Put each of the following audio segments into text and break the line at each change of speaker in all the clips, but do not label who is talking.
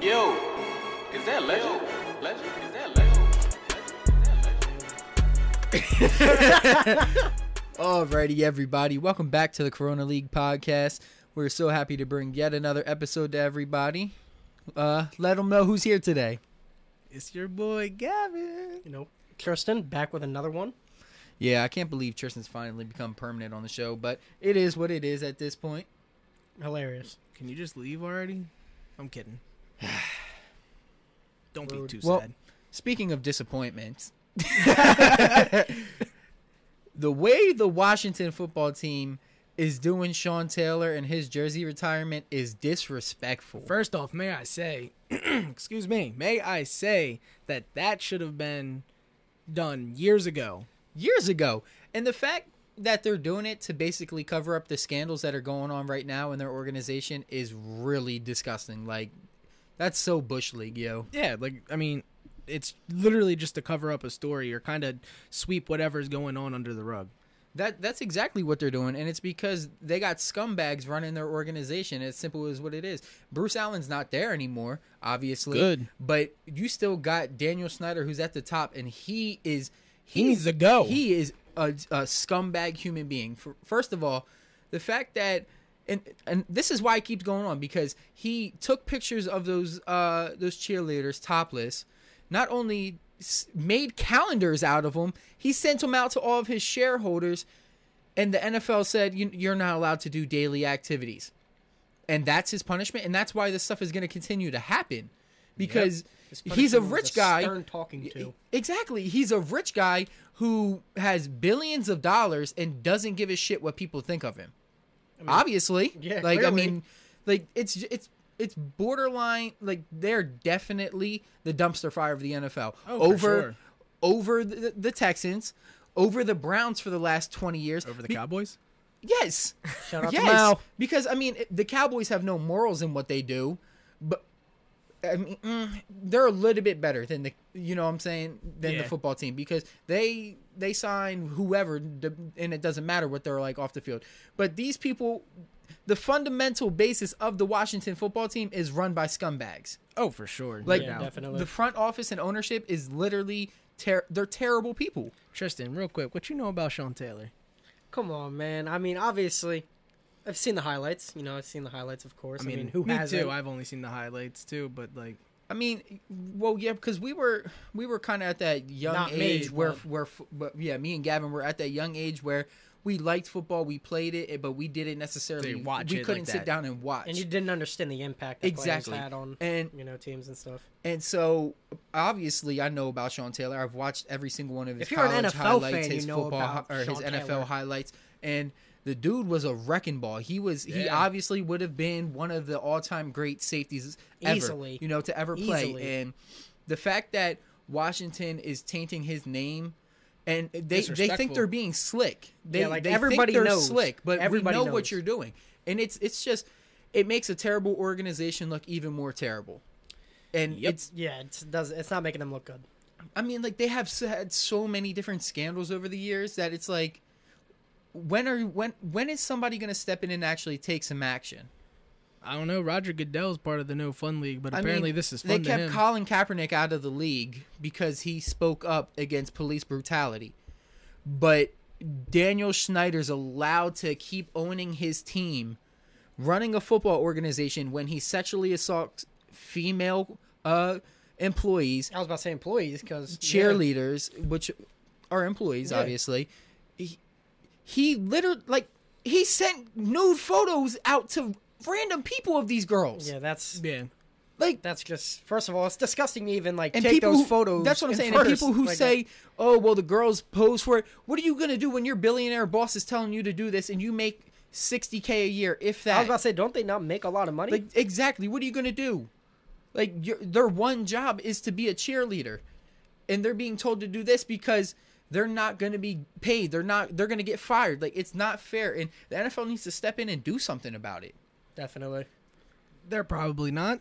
Yo, is that legend? Legend? Is that legend?
Alrighty, everybody. Welcome back to the Corona League podcast. We're so happy to bring yet another episode to everybody. Uh, let them know who's here today.
It's your boy Gavin.
you know, Kirsten back with another one.
Yeah, I can't believe Tristan's finally become permanent on the show, but it is what it is at this point.
Hilarious.
Can you just leave already? I'm kidding. Don't be
Rude.
too
Well-
sad.
Speaking of disappointments, the way the Washington football team is doing Sean Taylor and his jersey retirement is disrespectful.
First off, may I say, excuse me, may I say that that should have been done years ago.
years ago. And the fact that they're doing it to basically cover up the scandals that are going on right now in their organization is really disgusting. Like, that's so Bush League, yo.
Yeah, like I mean, it's literally just to cover up a story or kind of sweep whatever's going on under the rug.
That that's exactly what they're doing, and it's because they got scumbags running their organization. As simple as what it is. Bruce Allen's not there anymore, obviously.
Good.
But you still got Daniel Snyder, who's at the top, and he is
He
he's-
needs to go.
He is a, a scumbag human being. For, first of all, the fact that. And, and this is why it keeps going on because he took pictures of those uh, those cheerleaders topless. Not only s- made calendars out of them, he sent them out to all of his shareholders and the NFL said you, you're not allowed to do daily activities, and that's his punishment, and that's why this stuff is going to continue to happen, because
His
he's a
punishment was
rich guy.
Stern talking to.
e, Exactly, he's a rich guy who has billions of dollars and doesn't give a shit what people think of him. Obviously,
yeah,
Like I
clearly.
mean, like it's j- it's it's borderline. Like they're definitely the dumpster fire of the NFL
Oh, for
over
sure.
over the, the Texans. Over the Browns for the last twenty years.
Over the
Be-
Cowboys?
Yes.
Shout out to
yes.
Mao.
Because I mean, it- the Cowboys have no morals in what they do, but I mean, mm, they're a little bit better than the you know what I'm saying than the
Yeah.
football team because they they sign whoever d- and it doesn't matter what they're like off the field. But these people the fundamental basis of the Washington football team is run by scumbags.
Oh, for sure.
Like
no
Yeah,
doubt.
definitely.
the front office and ownership is literally ter- they're terrible people.
Tristan, real quick, what you know about Sean Taylor?
Come on, man. I mean, obviously, I've seen the highlights. You know, I've seen the highlights, of course. I mean, who
me
hasn't?
too. I've only seen the highlights too, but like,
I mean, well, yeah, because we were we were kind of at that young
Not me,
age where
but-
where but yeah, me and Gavin were at that young age where we liked football, we played it, eh, but we didn't necessarily
Didn't watch
We
it like
couldn't sit
that.
down and watch.
and you didn't understand the impact that
Exactly.
players had on
And-
you know teams and stuff.
and so obviously, I know about Sean Taylor. I've watched every single one of his
If you're an
college
NFL
highlights,
fan,
his
you know
football
about
hi- or his
Sean
NFL
Taylor.
highlights, and the dude was a wrecking ball. He was he
Yeah.
obviously would have been one of the all time great safeties ever,
Easily.
you know, to ever play.
Easily.
And the fact that Washington is tainting his name and they they think
Disrespectful.
they're being slick. They,
Yeah, like,
they
everybody
think they're
knows.
slick, but
Everybody
we know what
knows.
you're doing. And it's it's just it makes a terrible organization look even more terrible. And
Yep.
it's
Yeah, it's does it's not making them look good.
I mean like they have s- had so many different scandals over the years that it's like when are when when is somebody going to step in and actually take some action?
I don't know. Roger Goodell's part of the No Fun League, but
I mean,
apparently this is fun
They
to
kept
him.
Colin Kaepernick out of the league because he spoke up against police brutality. But Daniel Schneider's allowed to keep owning his team, running a football organization when he sexually assaults female uh, employees,
I was about to say employees because
cheerleaders, which are employees,
Yeah.
obviously. He, he literally, like, he sent nude photos out to random people of these girls.
Yeah, yeah, that's
yeah,
Like,
that's just first of all, it's disgusting to even like
and
take
people
those
who-
photos.
That's what I'm
in
saying.
first,
and people who
like
say, "Oh, well, the girls pose for it." What are you gonna do when your billionaire boss is telling you to do this and you make sixty k a year, if
that. I was
that?
about to say, don't they not make a lot of money?
like exactly. What are you gonna do? Like your, their one job is to be a cheerleader, and they're being told to do this because they're not gonna be paid. They're not. They're gonna get fired. Like it's not fair. And the NFL needs to step in and do something about it.
Definitely.
they're probably not.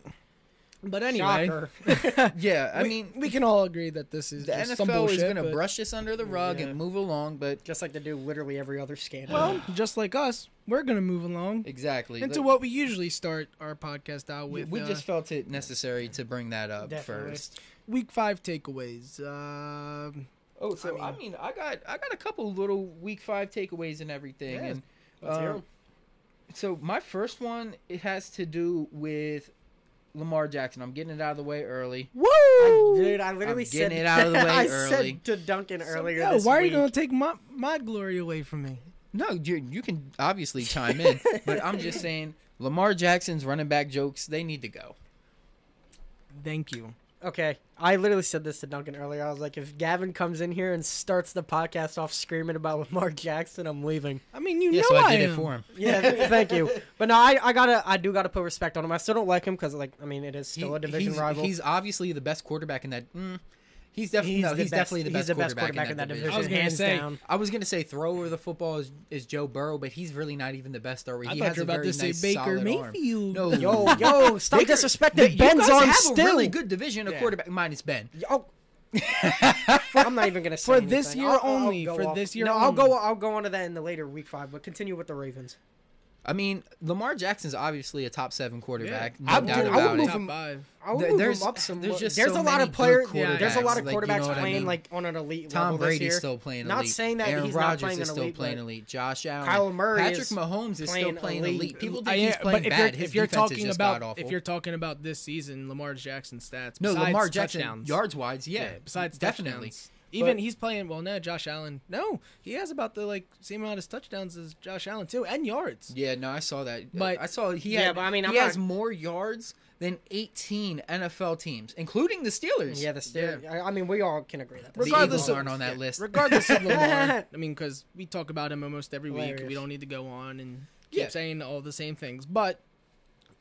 But anyway,
Shocker.
Yeah, I
we-
mean,
we can all agree that this is
the
just some
NFL is
bullshit,
going to
but-
brush this under the rug
Yeah.
and move along, but
Just like they do literally every other scandal.
Well, just like us, we're gonna move along
exactly.
into
Look,
what we usually start our podcast out
we-
with.
we
uh,
just felt it necessary to bring that up
Definitely.
first.
week five takeaways. Um
Oh, so I
I
mean, I got I got a couple little week 5 takeaways and everything
Yeah.
and
Let's hear
um,
'em.
So my first one it has to do with Lamar Jackson. I'm getting it out of the way early.
woo!
Dude, I literally
Um, I'm
said
getting it out of the way
I
early.
said to Duncan
So,
earlier
yo,
this
why are you
week.
gonna take my my glory away from me?
No, you you can obviously chime in, but I'm just saying Lamar Jackson's running back jokes they need to go.
Thank you.
Okay, I literally said this to Duncan earlier. I was like, if Gavin comes in here and starts the podcast off screaming about Lamar Jackson, I'm leaving.
I mean, you
Yeah,
know
so I
I,
did
am.
it for him.
Yeah, th- thank you. But no, I, I gotta, I do gotta put respect on him. I still don't like him because, like, I mean, it is still
He-
a division
he's,
rival.
He's obviously the best quarterback in that. Mm, he's definitely no,
the
he's
best-
definitely the best,
he's the best
quarterback, in that, division.
I was gonna
hands
say,
down.
I was gonna say thrower of the football is, is Joe Burrow, but he's really not even the best thrower.
I
he
thought
has
you
a
were about
very
to say
nice,
Baker
solid arm.
Mayfield.
No,
Yo, yo, stop
Baker-
disrespecting
you
Ben's
guys
arm
have
still.
a really good division of
Yeah.
quarterback minus Ben.
Oh. I'm not even gonna say
For this
anything.
year
I'll- I'll
only,
go
for
off-
this year
No, I'll go.
only.
I'll go on to that in the later week five. But continue with the Ravens.
I mean, Lamar Jackson's obviously a top seven quarterback. No
I, would-
doubt
I would
about
move
it.
him five.
I would
There-
move
there's-
him up some.
there's
more.
just
there's
so
a lot
many
of player.
good
Yeah, there's a lot of
quarterbacks, like, you
quarterbacks
know what I
playing
mean?
like on an elite level
Tom
this
Brady's
year.
still playing
Not
elite.
saying that
Aaron
he's
Rodgers
not playing
is
an
still
elite,
playing
but
elite. Josh Allen,
Kyler Murray
Patrick
is
Mahomes is still
playing
playing elite.
elite. Uh,
People
I
think he's
am-
playing
but if
bad.
You're,
His
if you're
defense is
talking
just
about
god-awful.
if you're talking about this season, Lamar Jackson stats.
no
besides
Lamar Jackson
touchdowns,
yards wise, yeah,
Yeah, besides
definitely.
touchdowns. Even
But-
he's playing well now. Josh Allen. No, he has about the like same amount of touchdowns as Josh Allen too, and yards.
Yeah, no, I saw that.
But-
I saw he
Yeah,
had,
but I mean,
he
I'm
has
not-
more yards than 18 NFL teams, including the Steelers.
Yeah, the Steelers. I I mean, we all can agree that. the
Regardless
Regardless
Eagles
of-
aren't on that list.
Regardless of Lamar, I mean, because we talk about him almost every week.
Hilarious.
We don't need to go on and keep
Yeah.
saying all the same things. But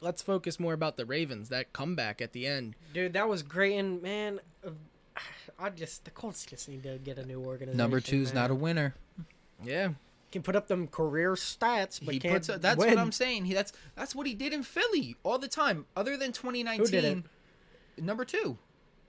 let's focus more about the Ravens. That comeback at the end.
Steelers- Dude, that was great, and man, uh, I just the Colts just need to get a new organization.
Number two's
man.
not a winner.
Yeah,
can put up them career stats, but
he
can't
puts. That's
win.
what I'm saying. He, that's that's what he did in Philly all the time. Other than 2019, number two,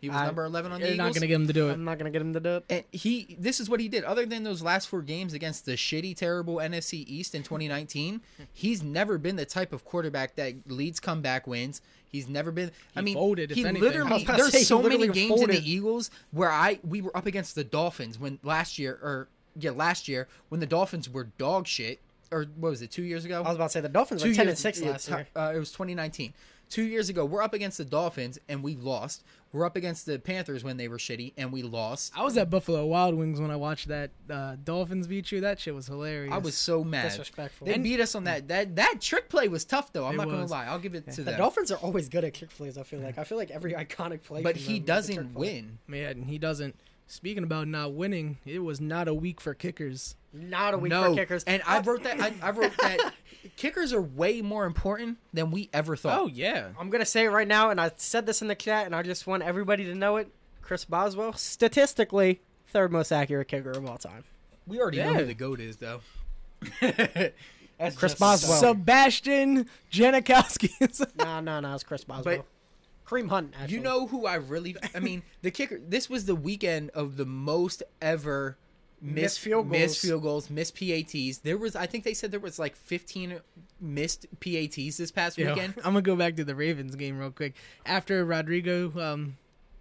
he was
I-
number 11 on the
you're
Eagles.
not gonna get him to do it.
I'm not gonna get him to do it.
and he, this is what he did. Other than those last four games against the shitty, terrible NFC East in 2019, he's never been the type of quarterback that leads comeback wins. He's never been. I
He
mean,
folded, if
he
anything. I was
literally.
about to
There's
say, he
so many
literally
games in
folded.
the Eagles where I we were up against the Dolphins when last year or yeah last year when the Dolphins were dog shit or what was it two years ago?
I was about to say the Dolphins were ten and six
yeah,
last
ti-
year.
Uh, it was 2019. Two years ago, we're up against the Dolphins and we lost. We're up against the Panthers when they were shitty and we lost.
I was at Buffalo Wild Wings when I watched that uh, Dolphins beat you. That shit was hilarious.
I was so mad.
Disrespectful.
They
And-
beat us on that. That that trick play was tough though. I'm
It
not gonna
was.
lie. I'll give it to
The
them.
Dolphins are always good at kick plays. I feel like I feel like every iconic play.
But
from
he
them is a
doesn't
trick play.
win.
man. He doesn't. Speaking about not winning, it was not a week for kickers.
Not a week
No,
for kickers.
and I wrote that. I, I wrote that. kickers are way more important than we ever thought.
Oh,
yeah,
I'm gonna say it right now, and I said this in the chat, and I just want everybody to know it. Chris Boswell, statistically, third most accurate kicker of all time.
we already know
Yeah.
who the goat is though. That's
Chris
just-
Boswell.
Sebastian Janikowski.
No, no, no, it's Chris Boswell. Cream Hunt, actually.
You know who I really? I mean, the kicker. This was the weekend of the most ever missed
Missed field
missed
goals.
field goals, missed PATs. There was, I think they said there was like 15 missed PATs this past
Yo,
weekend.
I'm gonna go back to the Ravens game real quick. After Rodrigo, um,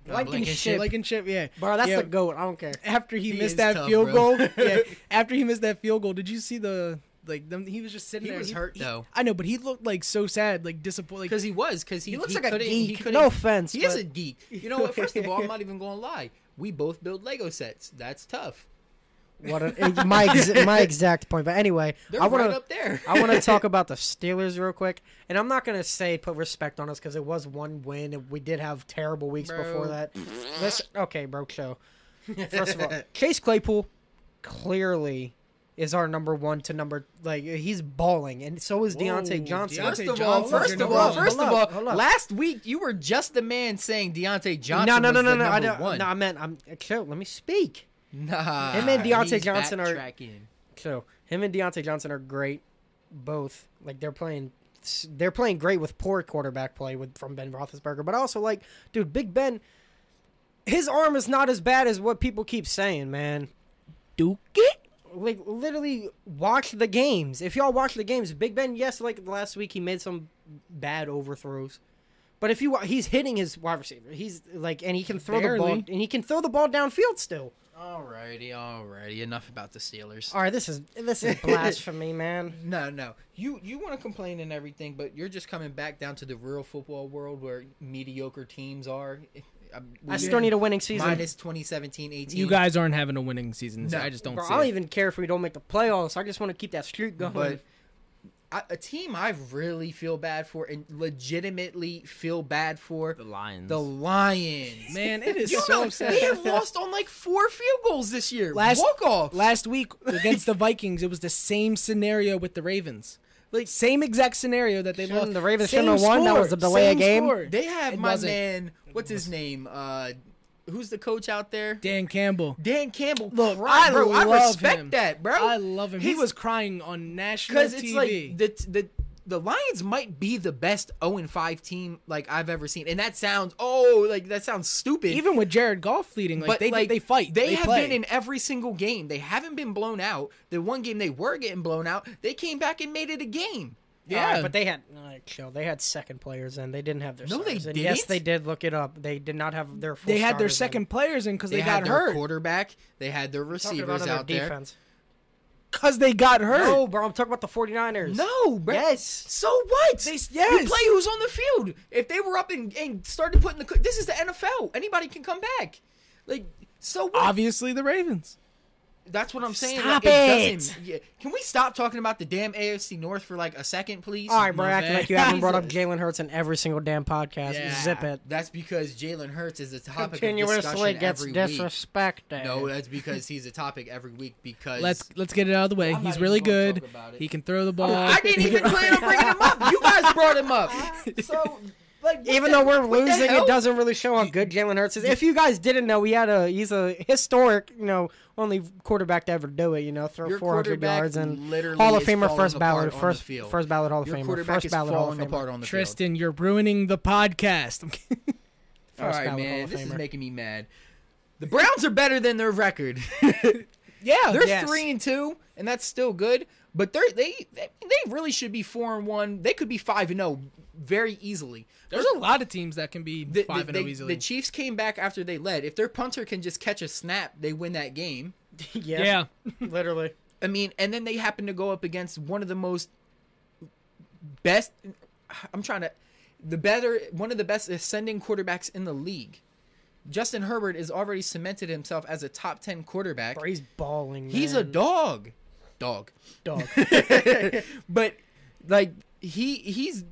Blankenship.
Blankenship, yeah,
bro, that's
yeah,
the goat. I don't care.
After he,
He is
missed that
tough,
field
bro.
goal, yeah. After he missed that field goal, did you see the like? Them, he was just sitting
He
there.
was hurt, though.
I know, but he looked like so sad, like disappointed.
Because he was, because he,
He looks
he
like a
couldn't- he
geek.
couldn't-
No offense,
he is
but-
a geek. You know what? First of all, I'm not even going to lie. We both build Lego sets. That's tough.
What a, my ex- my exact point. But anyway,
They're
I want
right
to
up there.
I want to talk about the Steelers real quick, and I'm not gonna say put respect on us because it was one win, and we did have terrible weeks before
Bro.
that. Listen, okay, bro. So, first of all, Chase Claypool clearly is our number one to number like he's balling, and so is Deontay
Whoa,
Johnson.
Deontay
First of all,
Johnson's
first
your
of
number
all,
one.
first
Hold
of all,
up, hold up.
last week you were just the man saying Deontay Johnson.
no, no,
was
no, no,
the
no. I
number
don't.
One.
No, I meant I'm. Chill, let me speak.
Nah,
Him and Deontay
he's
Johnson are-
backtracking.
So him and Deontay Johnson are great, both. Like they're playing s- they're playing great with poor quarterback play with from Ben Roethlisberger, but also like, dude, Big Ben, his arm is not as bad as what people keep saying, man.
Duke it.
Like literally, watch the games. If y'all watch the games, Big Ben, yes, like last week he made some bad overthrows, but if you wa- he's hitting his wide receiver, he's like, and he can throw the ball,
Barely.
and he can throw the ball downfield still.
Alrighty, alrighty. Enough about the Steelers.
All right, this is this is blasphemy, man.
No, no. You you want to complain and everything, but you're just coming back down to the real football world where mediocre teams are. I,
I still need a winning season.
minus 2017, 18.
You guys aren't having a winning season. so
No.
I just don't
Bro,
see
I don't
it.
even care if we don't make the playoffs. I just want to keep that streak going.
but I, a team I really feel bad for and legitimately feel bad for
the Lions.
the Lions.
Man, it is
You
so
know,
upsetting.
They have lost on like four field goals this year.
Last-
Walk off.
Last week against the Vikings, it was the same scenario with the Ravens.
Like-
Like same exact scenario that they
Shouldn't-
lost.
the Ravens
Same
shouldn't have won, that
score,
was a delay
same
of game.
score.
they have
It
my
wasn't.
man. What's his name? Uh, who's the coach out there?
Dan Campbell.
Dan Campbell.
Look,
cried,
I
bro, I
love
respect
him.
that, bro.
I love him. He
He's-
was crying on national
because
TV.
it's like the the the Lions might be the best 0 and 5 team like I've ever seen, and that sounds oh like that sounds stupid.
even with Jared Goff leading, like
but
they
like
they fight.
They, have
play.
been in every single game. They haven't been blown out. The one game they were getting blown out, they came back and made it a game.
yeah,
Alright, but they had like, chill. They had second players and they didn't have their.
No, they
stars. And Yes,
didn't.
they did. Look it up. They did not have their. Full
they had their
starters in.
second players in because
They,
they,
had
got
their
hurt
quarterback. They had their
Talking about
receivers
another
out there.
defense.
because they got hurt.
No, bro, I'm talking about the 49ers.
No, bro.
Yes.
So what?
They-
You
yes.
play who's on the field. If they were up and, and started putting the, co- this is the NFL. Anybody can come back. Like so what?
Obviously, the Ravens.
That's what I'm saying.
Stop
like,
it.
doesn't. Yeah. Can we stop talking about the damn AFC North for like a second, please?
All right, bro,
No,
acting
they-
like you haven't brought up
Jesus.
Jalen Hurts in every single damn podcast.
Yeah.
Zip it.
That's because Jalen Hurts is a topic of
Continuously
discussion
gets
every week.
disrespected.
No, that's because he's a topic every week because
Let's let's get it out of the way.
I'm not
He's
even
really
gonna
good.
talk about it.
He can throw the ball.
I didn't even plan on bringing him up. You guys brought him up. So like what
Even
the-
though we're
what the
losing,
hell?
it doesn't really show how good Jalen Hurts is. If you guys didn't know, he had a he's a historic, you know, only quarterback to ever do it. You know, throw
Your
400
quarterback
yards and
literally
Hall of
is
Famer,
falling
first
apart
ballot,
on the
first
field.
first ballot Hall of
Your
Famer,
quarterback
first
is
ballot Hall of
falling
Famer.
apart on the field.
Tristan, you're ruining the podcast. I'm kidding.
All
First
right,
ballot Hall
man,
of
this is
Famer.
making me mad. The Browns are better than their record.
yeah,
They're
Oh, yes.
three and two, and that's still good. But they're they they they really should be four and one. They could be five and zero very easily.
There's a lot of teams that can be
The, the,
five and zero
they-
easily.
the Chiefs came back after they led. If their punter can just catch a snap, they win that game.
yeah,
yeah,
literally.
I mean, and then they happen to go up against one of the most best. I'm trying to the better one of the best ascending quarterbacks in the league. Justin Herbert has already cemented himself as a top ten quarterback.
Bro, he's balling.
He's a
man.
dog, dog.
dog.
but like he he's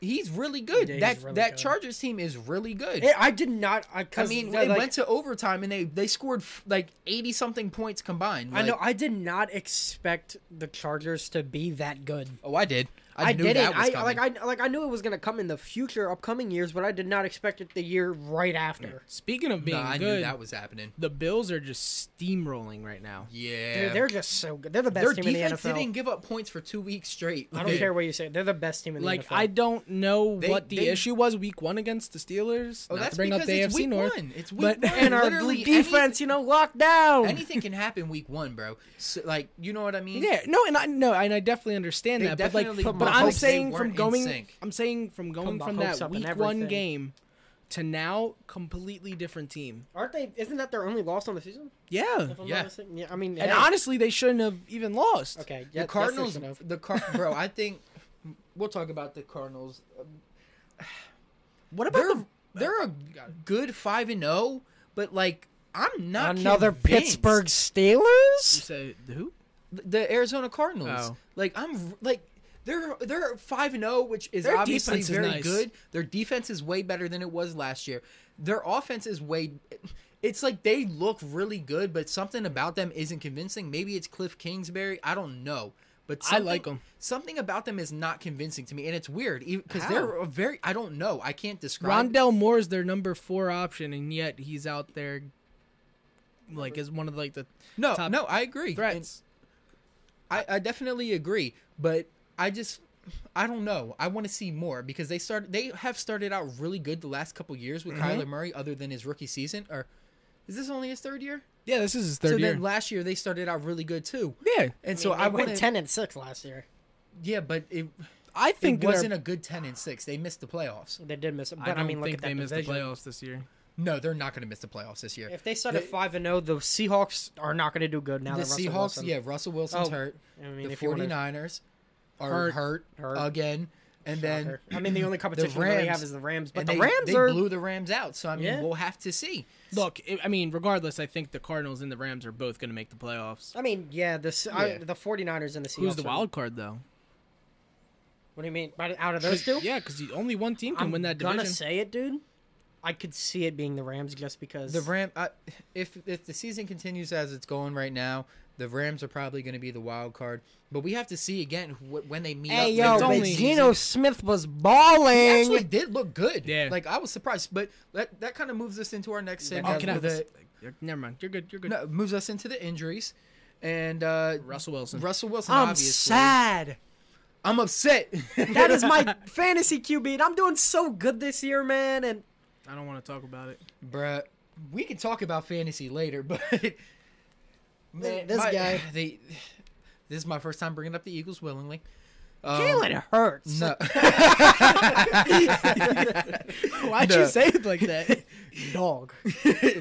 he's really good.
Yeah, he's
that
really
that
good.
Chargers team is really good.
It- I did not. I,
I
'cause,
mean,
like,
they went to overtime and they they scored f- like eighty something points combined.
I know.
Like-
I did not expect the Chargers to be that good.
oh, I did. I,
I
knew
didn't.
that was
I
coming.
like. I like. I knew it was gonna come in the future, upcoming years, but I did not expect it the year right after.
Speaking of being
No, I
good,
knew that was happening.
the Bills are just steamrolling right now.
Yeah,
Dude, they're just so good. They're the best
their
team in the
defense
NFL.
didn't give up points for two weeks straight.
I don't care what you say. They're the best team in the
Like
NFL.
I don't know
They-
what the
they-
issue was week one against the Steelers.
Oh,
Not
that's
to bring
because
up the
it's
AFC
week
North.
one. It's week
but-
one.
and our
literally
defense, you know, locked down.
Anything can happen week one, bro. So, like you know what I mean?
Yeah, no, and I no, and I definitely understand
They
that.
definitely
but like,
put
but
my
I'm
hopes- they
saying
weren't
from
in
going,
sync.
I'm saying from going
my
from
hopes
that
up and
week one
everything.
game to now, completely different team.
Aren't they? Isn't that their only loss on the season?
Yeah,
If I'm
Yeah.
Not mistaken? yeah. I mean,
and
hey.
honestly, they shouldn't have even lost.
Okay.
the
Yeah, that's
Cardinals,
six and oh.
the car, bro. I think we'll talk about the Cardinals.
What about
They're
the?
they're a good five and zero, but like I'm not
Another
convinced.
Pittsburgh Steelers.
Say who?
the Arizona Cardinals.
Oh.
Like I'm like they're they're five and zero, which is
Their
obviously
defense is
very
nice.
good. Their defense is way better than it was last year. Their offense is way. It's like they look really good, but something about them isn't convincing. Maybe it's Cliff Kingsbury. I don't know. But
I like
something-
'em.
Something about them is not convincing to me, and it's weird because
How?
they're a very. I don't know. I can't describe.
Rondell Moore is their number four option, and yet he's out there, like as one of like the
no,
top
no, I agree. And-
threats.
I, I definitely agree, but I just I don't know. I want to see more because they started. They have started out really good the last couple years with
Mm-hmm.
Kyler Murray, other than his rookie season. Or is this only his third year?
Yeah, this is his third
so
year.
then last year they started out really good too.
yeah,
And so I
went
went
ten and six last year.
Yeah, but it
I
it
think
wasn't
they're-
a good ten and six. They missed the playoffs.
They did miss it, but
I
I,
don't
mean, look
think
at that
they missed
division.
the playoffs this year.
No, they're not going to miss the playoffs this year.
If they start at five and zero, the Seahawks are not going to do good now.
the
that
Seahawks,
Russell Wilson-
yeah, Russell Wilson's
Oh,
hurt.
I mean,
the
if you wanna-
49ers are
Hurt.
hurt,
Hurt.
again. And then
Shocker. I mean, the only competition they really
Rams-
have is the Rams, but
and
the
they,
Rams
they
are
blew the Rams out. So, I mean,
Yeah.
we'll have to see.
Look, I- I mean, regardless, I think the Cardinals and the Rams are both going to make the playoffs.
I mean, yeah, the Se- I-
Yeah.
the 49ers and the Seahawks.
Who's the
are-
wild card though?
What do you mean? By- Out of those two?
Yeah, because only one team can
I'm
win that
gonna
division.
say it, dude. I could see it being the Rams just because
The Ram, I, if if the season continues as it's going right now, the Rams are probably going to be the wild card. But we have to see again wh- when they meet.
Hey
up later
yo, but
in the
only-
season.
Geno Smith was
He
balling.
actually did look good.
Yeah.
Like I was surprised, but that that kind of moves us into our next segment.
oh, can I?
with the-
Never mind. You're good. You're good.
no, moves us into the injuries, and uh,
Russell Wilson.
Russell Wilson.
I'm
obviously.
sad.
I'm upset.
That is my fantasy QB, and I'm doing so good this year, man. And
I don't want to talk about it.
Bruh, we can talk about fantasy later, but Man,
this
my-
guy-
they, this is my first time bringing up the Eagles willingly. Um,
Jalen Hurts.
no,
Why'd
No.
you say it like that?
Dog.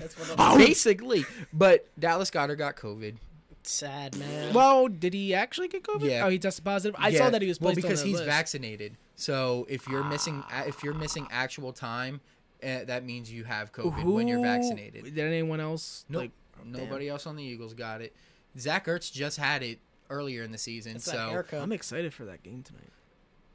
basically, but Dallas Goddard got COVID.
sad, man.
well, did he actually get COVID?
Yeah.
Oh, he tested positive. I
Yeah,
saw that he was
well
placed
because
on the
he's
list. Ah.
vaccinated. So if you're missing, if you're missing actual time, uh, that means you have COVID when you're
Who-
vaccinated.
Did anyone else?
Nope.
Like,
Nobody else on the Eagles got it. Zach Ertz just had it earlier in the season,
It's that
so
haircut.
I'm excited for that game tonight.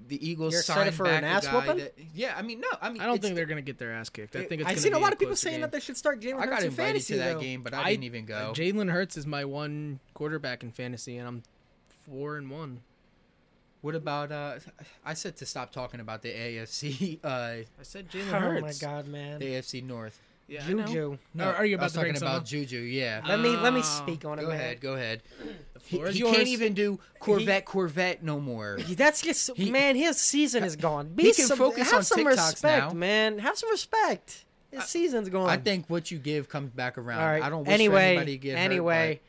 the Eagles
You're excited
signed
for
back
an
a
ass
guy
whooping?
that- yeah, I mean, no, I mean,
I don't
it's-
think they're gonna get their ass kicked. I think it's.
I've
gonna
seen a
be
lot of people
closer
saying
game. uh,
that they should start Jalen
I
Hurts
got
in
invited
fantasy
to that
though.
game, but I, didn't even go.
Jalen Hurts is my one quarterback in fantasy, and I'm four and one.
what about? uh I said to stop talking about the AFC, uh
I said Jalen
Oh
Hurts.
my god, man.
the AFC North. Uh,
Yeah, I know.
Juju.
No, are you
I
about
was
to bring
talking about
about?
Juju? Yeah.
Let me let me
Ah.
speak on it.
Um, go
man.
ahead. Go ahead. He,
floor is
he
yours.
can't even do Corvette, Corvette no more.
That's just
He-
man. His season is gone. Be
he can
some,
focus
have
on
some
TikToks
respect,
now.
man. Have some respect. His season's gone.
I think what you give comes back around.
All right.
I don't wish
anyway,
for anybody to get hurt,
anyway,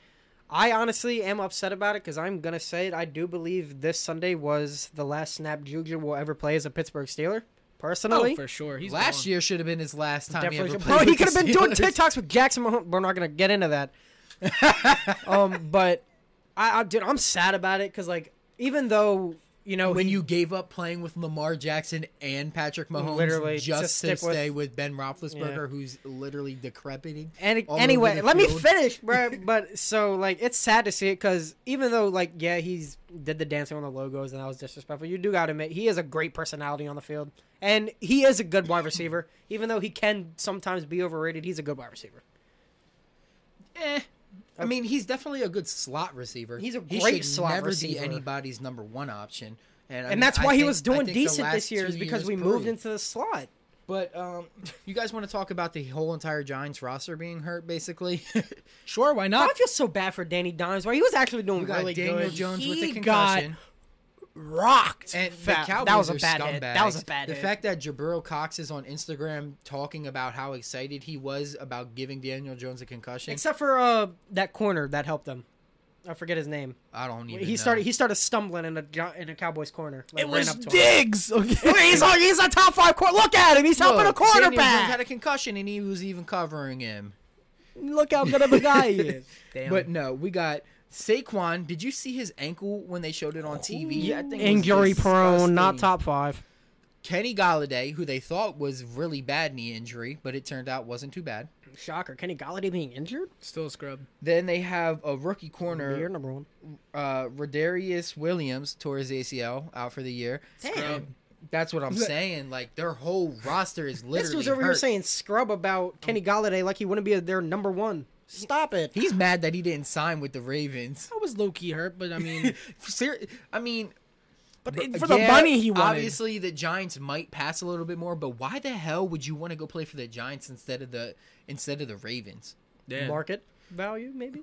I honestly am upset about it because I'm gonna say it. I do believe this Sunday was the last snap Juju will ever play as a Pittsburgh Steeler. Personally,
Oh, for sure. He's
but last
gone.
year should have been his last time he
Definitely
ever
should-
played.
Bro, he
with the
could have been doing
Steelers.
TikToks with Jackson Mahomes. We're not gonna get into that. um, but I, I, dude, I'm sad about it because like, even though you know
when
he-
you gave up playing with Lamar Jackson and Patrick Mahomes
Literally,
just
just
to
stick with-
stay with Ben Roethlisberger, who's literally decrepiting.
And
all over
anyway,
the
let me
field.
finish, bro. But so like, it's sad to see it because even though like, yeah, he's did the dancing on the logos and that was disrespectful. You do gotta admit he is a great personality on the field, and he is a good wide receiver. Even though he can sometimes be overrated, he's a good wide receiver.
Eh. I mean, he's definitely a good slot receiver.
He's a
he
great
should
slot
never be
receiver.
anybody's number one option. And, I mean,
and that's
I
why he
think-
was
I
doing
think the
decent
last
this year is
two
because
years
we
proved.
moved into the slot.
But um, you guys want to talk about the whole entire Giants roster being hurt, basically?
Sure, why
I
not?
feel so bad for Danny Dimes. Where he was actually doing
We got
really
Daniel
good.
Jones with
He
the
got
concussion.
Rocked.
And
Fat-
the Cowboys
that was a
are
bad
scumbags.
hit. That was a bad
The
hit.
fact that Jabril Cox is on Instagram talking about how excited he was about giving Daniel Jones a concussion,
Except for uh, that corner that helped him. I forget his name.
I don't even.
He
know.
started. He started stumbling in a gi- in a Cowboys corner. Like,
it
ran
was
up to him.
Diggs. Okay.
he's a, he's a top five quarter. Look at him. He's helping a
Look, Daniel Jones had
quarterback.
a concussion and he was even covering him.
Look how good of a guy he is.
Damn.
But no, we got Saquon. Did you see his ankle when they showed it on TV? Yeah,
Injury prone, not top five.
Kenny Galladay, who they thought was really bad knee injury, but it turned out wasn't too bad.
Shocker. Kenny Galladay being injured?
still a scrub.
Then they have a rookie
You're
corner,
number one.
uh, Rodarius Williams, tore his ACL out for the year.
Damn.
That's what I'm saying. Like their whole roster is literally.
This dude's over here
hurt.
saying scrub about Kenny Galladay like he wouldn't be their number one. Stop it.
he's mad that he didn't sign with the Ravens.
Oh.
I was low key hurt, but I mean,
Ser- I mean,
but
But
it- for the
yeah,
money he wanted.
Obviously, the Giants might pass a little bit more, but why the hell would you want to go play for the Giants instead of the instead of the Ravens?
Yeah.
Market value, maybe?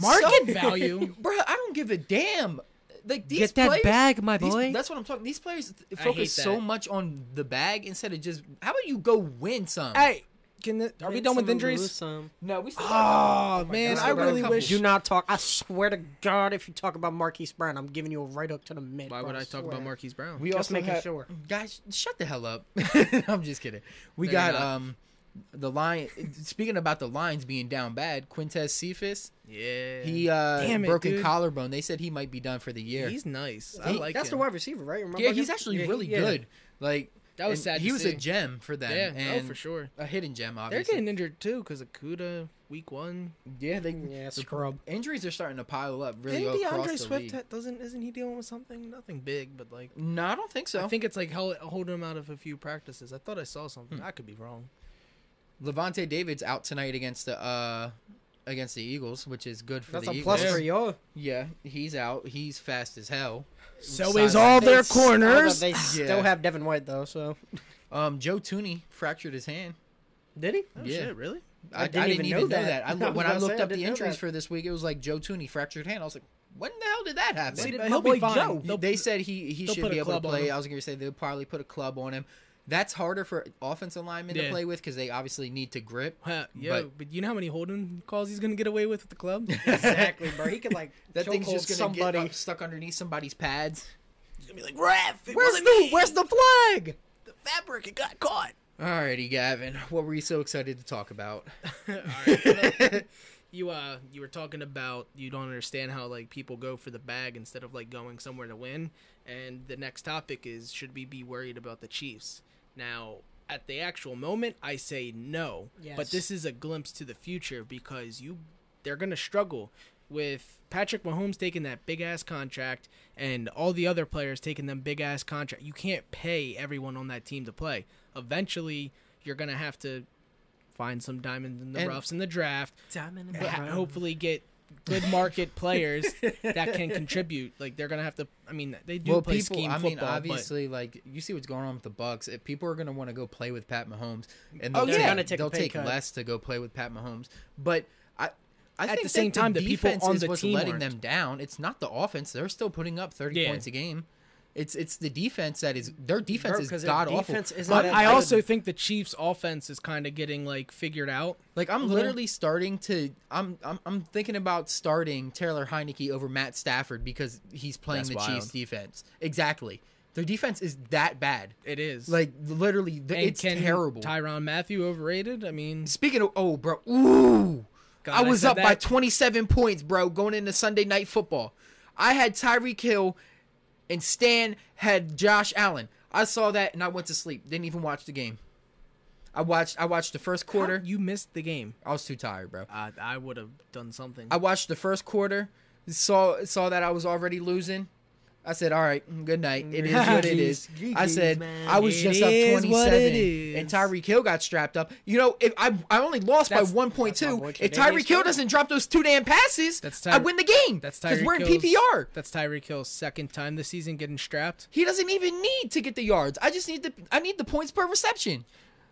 market
So-
value.
bro. I don't give a damn. like these
Get that
players-
bag, my
these-
boy.
that's what I'm talking. These players th-
I hate
focus so
that.
much on the bag instead of just how about you go win some.
Hey, can the, are we
Win
done
some
with
and lose
injuries?
some.
no, we still.
Oh,
my
man,
God,
I
we got a
really
couple.
wish.
Do not talk. I swear to God, if you talk about Marquise Brown, I'm giving you a right hook to the mid.
Why
bro,
would I talk
swear.
about Marquise Brown?
we
Just
also
making
have,
sure.
guys. Shut the hell up. I'm just kidding. We
No,
got
you're not.
um the line. Speaking about the lines being down bad, Quintez Cephas.
yeah,
He uh
Damn it,
broken
dude.
collarbone. They said he might be done for the year.
he's nice. I
He-
like
That's
him.
the wide receiver, right? Remember
yeah,
him?
he's actually
Yeah, he-
really
yeah.
good. Like
That was
and
sad
He
to
was a
see.
gem for them.
Yeah,
and
oh for sure.
A hidden gem,
They're
obviously.
getting injured too because of Kuda week one.
yeah, they
Yeah,
the
scrub.
injuries are starting to pile up really
Didn't
across
DeAndre
the
Swift
league.
ha- doesn't isn't he dealing with something? Nothing big, but like
no, I don't think so.
I think it's like held, holding him out of a few practices. I thought I saw something. I could be wrong.
Levante David's out tonight against the uh against the Eagles, which is good for
That's
the
a
Eagles.
plus for y'all.
Yeah, he's out. He's fast as hell.
So
Sideline.
is all
They
their
s- although
corners.
They
Yeah.
still have Devin White though. So
Um, Joe Tooney fractured his hand.
did he?
Oh,
Yeah.
shit, really?
I, I didn't, even, know that. I,
I
lo-
was
when I
gonna say,
looked
I
up the
didn't know
injuries
that.
for this week, it was like Joe Tooney fractured hand. I was like, when the hell did that happen?
See,
did
but
my
he'll
boy
be fine.
go?
They'll-
they said he he
they'll
should
put
be
a
able to
club on
play.
him.
I was going to say they'll probably put a club on him. That's harder for offensive linemen to
Yeah.
play with because they obviously need to grip.
Huh, yo, but, you know how many holding calls he's gonna get away with at the club?
exactly, bro. He could like
That thing's
chokehold
just going to get
somebody.
up, stuck underneath somebody's pads.
He's gonna be like, Ref, it
Where's
wasn't
the
me.
Where's the flag?
the fabric? It got caught.
Alrighty, Gavin. What were you so excited to talk about?
All right. you uh, you were talking about you don't understand how like people go for the bag instead of like going somewhere to win. And the next topic is should we be worried about the Chiefs now? At the actual moment, I say no. But
Yes.
this is a glimpse to the future because you they're gonna struggle with Patrick Mahomes taking that big ass contract and all the other players taking them big ass contract. You can't pay everyone on that team to play. Eventually, you're gonna have to find some diamonds in the
And-
roughs in the draft.
Diamond in the
ha-
rough.
hopefully, get good market players that can contribute. Like they're gonna have to. I mean, they do play scheme
I mean,
football,
obviously, like you see what's going on with the Bucks. If people are going to want to go play with Pat Mahomes, and
Oh,
they'll,
yeah.
take,
Take a
they'll
pay
take
cut.
less to go play with Pat Mahomes. But I, I
At
think
the
that
same time, the people
defense
on
is
the
what's
team
letting
aren't.
them down. It's not the offense; they're still putting up thirty
Yeah.
points a game. It's it's the defense that is their defense
Bro,
is
'cause their
god awful.
defense isn't
but, but
that
I
good.
also think the Chiefs' offense is kind of getting like figured out.
Like I'm
Mm-hmm.
literally starting to I'm I'm I'm thinking about starting Taylor Heineke over Matt Stafford because he's playing
That's
the
wild.
Chiefs defense. Exactly. Their defense is that bad.
It is
Like literally, the,
And
it's
can
terrible.
Tyron Matthew overrated. I mean,
Speaking of, oh, bro, ooh,
God,
I
I
was
said
up by
that.
27 points, bro, going into Sunday night football. I had Tyreek Hill, and Stan had Josh Allen. I saw that and I went to sleep. Didn't even watch the game. I watched. I watched the first quarter.
you missed the game.
I was too tired, bro.
Uh, I would have done something.
I watched the first quarter. Saw saw that I was already losing. I said, "All right, good night. It is what it is."
Geekies,
I said,
man.
"I was
It
just up
is what it
27, and
is.
Tyreek Hill got strapped up. You know, if I I only lost
That's-
by
that's
1.2.
my boy,
If
Tredavious
Tyreek Hill
Hill.
doesn't drop those two damn passes,
That's
I
Tyre-
win the game.
That's
because
Tyreek
we're in
Hill's-
PPR.
That's Tyreek Hill's second time this season getting strapped.
He doesn't even need to get the yards. I just need the I need the points per reception.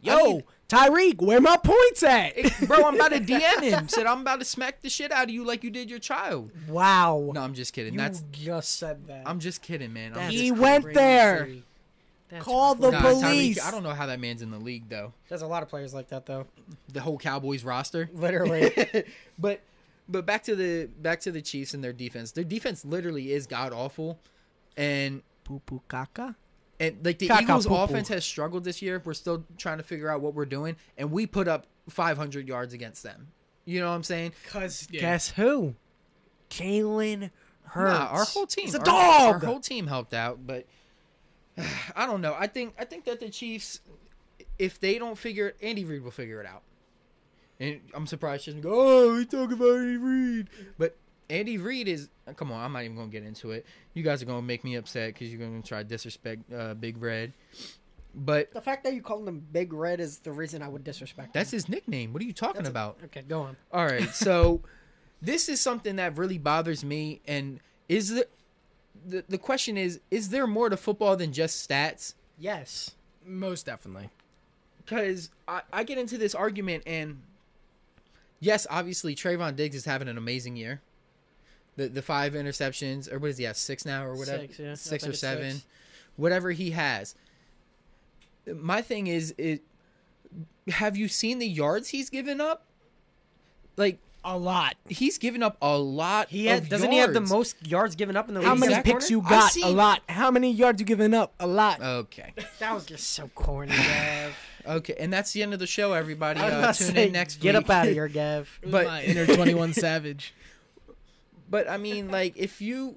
I
Yo,
need-
Tyreek, where my points at?
bro, I'm about to DM him. Said I'm about to smack the shit out of you like you did your child.
Wow.
No, I'm just kidding.
you
That's
just said that.
I'm just kidding, man. I'm
That's
just
He went there.
That's
Call the
Nah,
crazy.
Tyreek,
police.
I don't know how that man's in the league though.
There's a lot of players like that though.
The whole Cowboys roster.
Literally.
but but back to the back to the Chiefs and their defense. Their defense literally is god awful, and
Poo poo caca.
and like the
Caca
Eagles'
poo-poo.
offense has struggled this year. We're still trying to figure out what we're doing, and we put up 500 yards against them. You know what I'm saying?
Cause
Yeah.
guess who? Jalen Hurts.
Nah, our whole team.
He's a
our-
dog.
Our whole team helped out, but I don't know. I think I think that the Chiefs, if they don't figure it, Andy Reid will figure it out. And I'm surprised she doesn't go. Oh, we talk about Andy Reid, but Andy Reid is. uh, Come on, I'm not even gonna get into it. You guys are gonna make me upset because you're gonna try to disrespect uh, Big Red. But
the fact that you called him Big Red is the reason I would disrespect
that's
him.
his nickname. What are you talking about?
Okay, go on.
All right, so this is something that really bothers me, and is the the, the question is is there more to football than just stats?
Yes.
Most definitely.
Because I, I get into this argument, and yes, obviously Trayvon Diggs is having an amazing year. the the five interceptions or what does he have six now or whatever
Six, yeah. I think
or
it's
seven,
six.
whatever he has. My thing is, it have you seen the yards he's given up? Like
A lot.
he's given up a lot.
He has,
of
doesn't he have the
yards.
most yards given up in the
How
league?
many
Is that
picks
corner?
you
I've
got? A
seen-
lot. How many yards you giving up? A
Uh,
lot.
Okay,
That was just so corny, Gav.
okay, and that's the end of the show. Everybody,
I was
uh,
about to
tune
say,
in next
Get
week.
up out of here, Gav.
but-
but my inner Twenty One Savage.
But I mean, like, if you,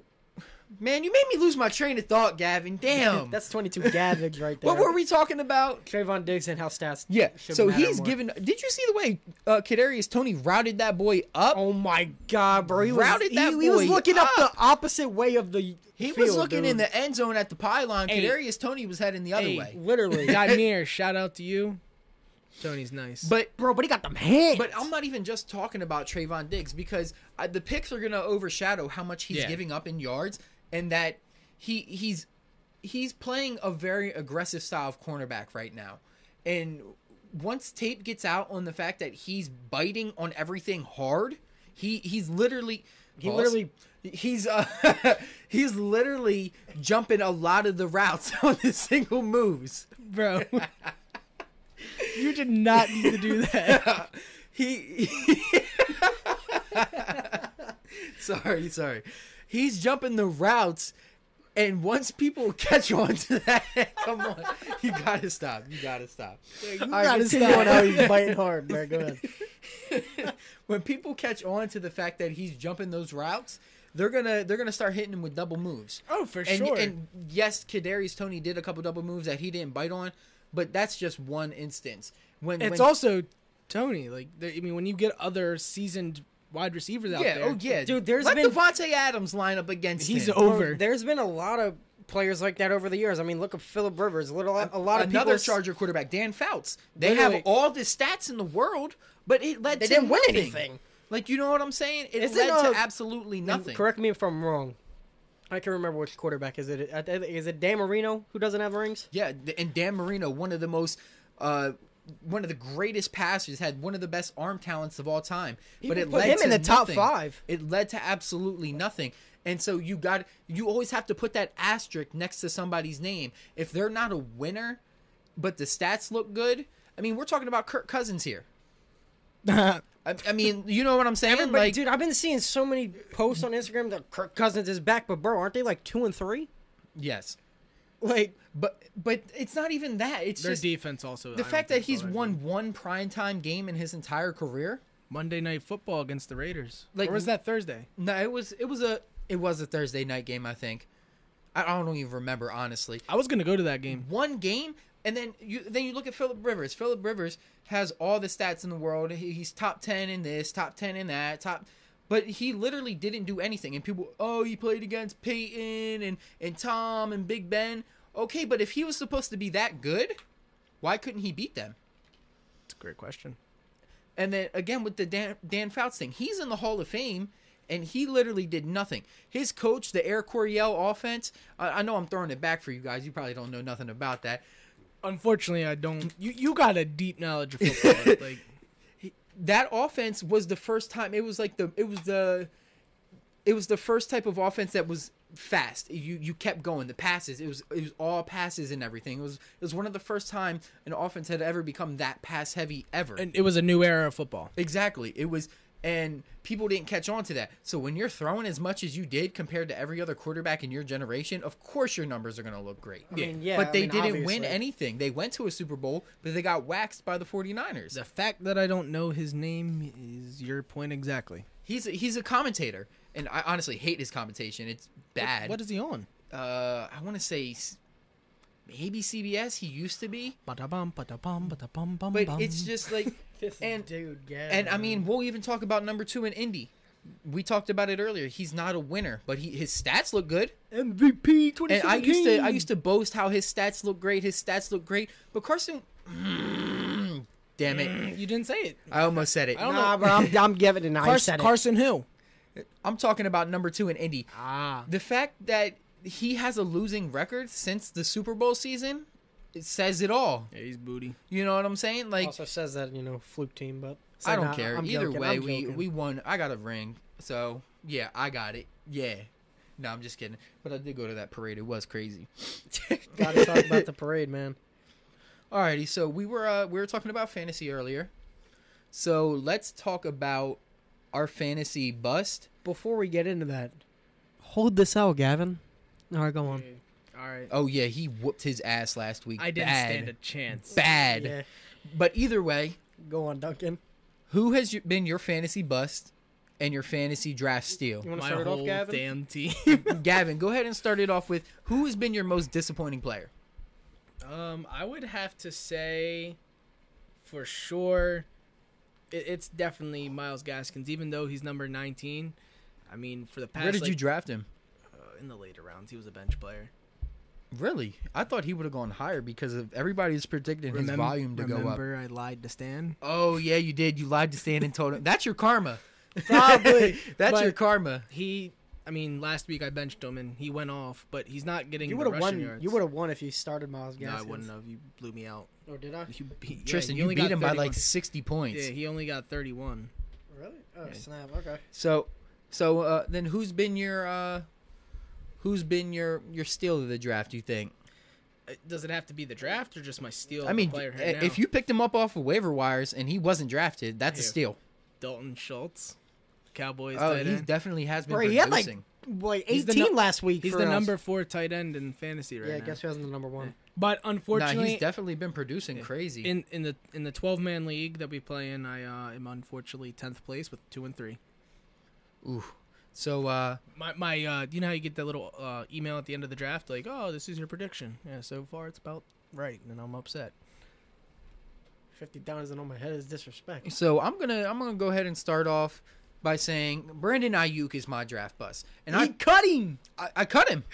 man, you made me lose my train of thought, Gavin. Damn.
That's 22 Gavigs right there.
what were we talking about?
Trayvon Diggs and how stats.
Yeah.
should
So
matter
he's
more.
given. Did you see the way uh, Kadarius Tony routed that boy up?
Oh my God, bro! He was,
Routed
he,
that
he was
boy
looking up.
up.
the opposite way of the.
he
field,
was looking
dude.
in the end zone at the pylon.
Hey.
Kadarius Tony was heading the other
Hey.
way.
literally,
Godmere, shout out to you. Tony's nice.
But
bro. But he got them hands.
but I'm not even just talking about Trayvon Diggs because uh the picks are gonna overshadow how much he's
Yeah.
giving up in yards and that he he's he's playing a very aggressive style of cornerback right now, and once tape gets out on the fact that he's biting on everything hard, he he's literally he
literally-
he's uh he's literally jumping a lot of the routes on his single moves.
bro. you did not need to do that.
He. sorry, sorry. He's jumping the routes, and once people catch on to that, come on, you gotta stop. You gotta stop.
You
I
gotta
continue
stop.
on how he's biting hard, man. Go ahead.
When people catch on to the fact that he's jumping those routes, they're gonna they're gonna start hitting him with double moves.
Oh, for
and,
sure.
And yes, Kadarius Tony did a couple double moves that he didn't bite on, but that's just one instance. When when,
it's also Tony. Like there- I mean, when you get other seasoned wide receivers out
yeah,
there,
oh yeah,
Dude, there's
let
been-
Devontae Adams line up against
he's
him.
over.
There's been a lot of players like that over the years. I mean, look at Philip Rivers. A, little, a lot of
another
people.
Charger quarterback, Dan Fouts. They
Literally-
have all the stats in the world, but it led
They
to
didn't win
nothing.
anything.
Like you know what I'm saying? It
Isn't,
led
uh,
to absolutely nothing.
Correct me if I'm wrong. I can remember which quarterback is it. I- I- Is it Dan Marino who doesn't have rings?
Yeah, th- and Dan Marino, one of the most, uh, one of the greatest passers, had one of the best arm talents of all time. but it
put
led
him
to
in the top
nothing.
five.
It led to absolutely nothing. And so you got you always have to put that asterisk next to somebody's name if they're not a winner, but the stats look good. I mean, we're talking about Kirk Cousins here. I, I mean, you know what I'm saying?
Everybody,
like,
dude, I've been seeing so many posts on Instagram that Kirk Cousins is back, but bro, aren't they like two and three?
yes,
Like,
but but it's not even that. It's
Their
just
defense also.
the fact that he's
won
won one primetime game in his entire career. Monday.
Monday Night Football against the Raiders.
Like-
or was that Thursday?
No, it was it was a it was a Thursday night game. I think. I I don't even remember honestly.
I was gonna go to that game.
One game, and then you then you look at Philip Rivers. Philip Rivers has all the stats in the world. He, he's top ten in this, top ten in that, top. But he literally didn't do anything. And people, oh, he played against Peyton and and Tom and Big Ben. Okay, but if he was supposed to be that good, why couldn't he beat them?
It's a great question.
And then again with the Dan, Dan Fouts thing, he's in the Hall of Fame, and he literally did nothing. His coach, the Air Coryell offense. I, I know I'm throwing it back for you guys. You probably don't know nothing about that.
Unfortunately, I don't. You you got a deep knowledge of football. like
That offense was the first time. It was like the it was the it was the first type of offense that was fast. You you kept going. The passes. It was it was all passes and everything. It was it was one of the first time an offense had ever become that pass heavy ever.
and it was a new era of football.
Exactly. It was, and people didn't catch on to that. So when you're throwing as much as you did compared to every other quarterback in your generation, of course your numbers are going to look great.
I mean, yeah,
but
I
they
mean,
didn't win
obviously.
anything. They went to a Super Bowl, but they got waxed by the 49ers.
The fact that I don't know his name is your point exactly.
He's a, he's a commentator, and I honestly hate his commentation. It's bad.
What is he on?
uh, I want to say s- maybe CBS. He used to be,
Ba-da-bum, ba-da-bum, ba-da-bum, bum,
but
bum.
it's just like and
dude, yeah.
And I mean, we'll even talk about number two in Indy. We talked about it earlier. He's not a winner, but he his stats look good.
MVP twenty.
And I used to I used to boast how his stats look great. His stats look great, but Carson. Damn it!
You didn't say it.
I almost said it.
don't
nah, bro, I'm, I'm giving it. Now you
Carson,
said it.
Carson who?
I'm talking about number two in Indy.
Ah,
The fact that he has a losing record since the Super Bowl season, it says it all.
yeah, he's booty.
You know what I'm saying? Like
also says that you know fluke team, but
I don't
Nah,
care.
I'm
Either
joking,
way,
I'm
we
joking.
we won. I got a ring, so yeah, I got it. Yeah. No, I'm just kidding. But I did go to that parade. It was crazy.
Gotta talk about the parade, man.
Alrighty, so we were uh, we were talking about fantasy earlier. So let's talk about our fantasy bust.
Before we get into that, hold this out, Gavin. All right, go on.
All right.
Oh yeah, he whooped his ass last week.
I didn't
Bad.
stand a chance.
Bad.
Yeah,
But either way,
go on, Duncan.
who has y- been your fantasy bust and your fantasy draft steal?
You want to
My
start it
whole
off, Gavin?
damn team.
Gavin, go ahead and start it off with who has been your most disappointing player?
um, I would have to say, for sure, it, it's definitely Miles Gaskins. Even though he's number 19, I mean, for the past
Where did
like,
you draft him?
uh, in the later rounds, he was a bench player.
Really? I thought he would have gone higher because of everybody's predicting his volume to go up.
I lied to Stan.
Oh yeah, you did. You lied to Stan and told him. That's your karma.
Probably,
That's
but-
your karma.
He, I mean, last week I benched him and he went off, but he's not getting.
You
would have
won.
Yards.
You would have won if you started Miles
No, I
Gaskins.
wouldn't have. You blew me out.
Or Oh, did I?
You beat, yeah,
Tristan,
he
you
only
beat
got
him by like
31.
sixty points.
Yeah, he only got 31.
Really? Oh
Yeah.
snap! Okay.
So, so uh, then who's been your uh, who's been your your steal of the draft? You think?
Uh, Does it have to be the draft or just my steal?
I mean,
player
i-
right now?
if you picked him up off of waiver wires and he wasn't drafted, that's a
Yeah.
steal.
Dalton Schultz, Cowboys
Oh,
tight
he
end.
definitely has been
Bro, he had like
producing.
like
He's the
18
nu-
last week.
He's
for
the
us.
number four tight end in fantasy right
Yeah,
now.
guess who hasn't the number one?
But
nah,
unfortunately,
he's definitely been producing crazy.
in in the in the twelve man league that we play in, I uh, am unfortunately tenth place with two and three.
Ooh. So, uh,
My my, uh, you know how you get that little uh, email at the end of the draft, like, oh, this is your prediction. Yeah, so far it's about right, and I'm upset.
50 dollars on my head is disrespect.
so I'm gonna I'm gonna go ahead and start off by saying Brandon Ayuk is my draft bus, and I
cut him.
I, I cut him.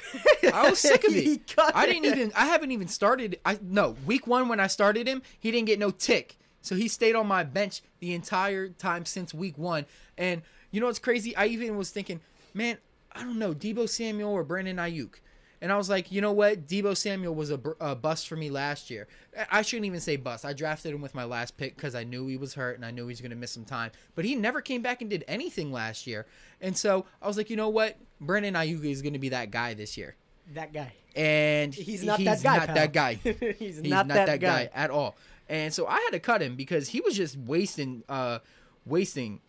I was sick of
He
it.
cut
I didn't
it.
even. I haven't even started. I no week one when I started him, he didn't get no tick. So he stayed on my bench the entire time since week one. And you know what's crazy? I even was thinking, man, I don't know, Debo Samuel or Brandon Ayuk. And I was like, you know what? Debo Samuel was a, br- a bust for me last year. I- I shouldn't even say bust. I drafted him with my last pick because I knew he was hurt and I knew he was going to miss some time. But he never came back and did anything last year. And so I was like, you know what? Brandon Ayuk is going to be that guy this year.
That guy.
And
He's not that guy,
not
pal.
that guy. He's,
he's,
not, that, guy. at all. And so I had to cut him because he was just wasting, uh, wasting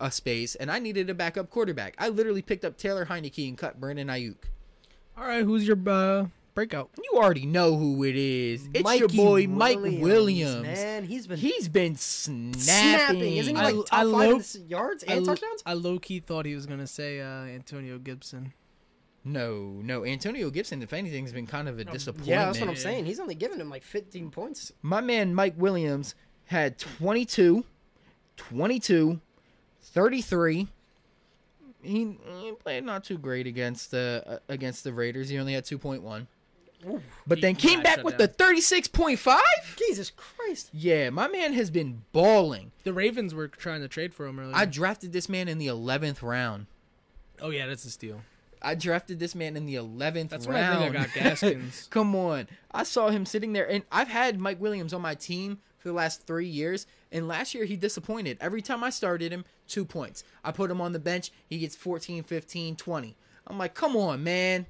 a space. And I needed a backup quarterback. I literally picked up Taylor Heineke and cut Brandon Ayuk.
All right, who's your uh, breakout?
You already know who it is. It's your
Mikey
boy Mike Williams.
Man, he's been
He's been snapping.
snapping. Isn't he
I-
like top
I
five
low-
in this yards and
I,
touchdowns?
low key thought he was gonna say uh, Antonio Gibson.
no, no. Antonio Gibson, if anything, has been kind of a disappointment.
Um, Yeah, that's what I'm
Yeah.
saying. He's only giving him like 15 points.
My man Mike Williams had 22, 22, 33. He, he played not too great against the uh, against the Raiders. He only had 2.1. But
He-
then
he
came
got
back
shut
with
down.
the 36.5?
Jesus Christ.
Yeah, my man has been balling.
The Ravens were trying to trade for him earlier.
I drafted this man in the 11th round.
oh yeah, that's a steal.
I drafted this man in the 11th
That's when I
round.
think I got Gaskins.
Come on. I saw him sitting there, and I've had Mike Williams on my team for the last three years, and last year he disappointed. Every time I started him, two points. I put him on the bench, he gets 14, 15, 20. I'm like, come on, man.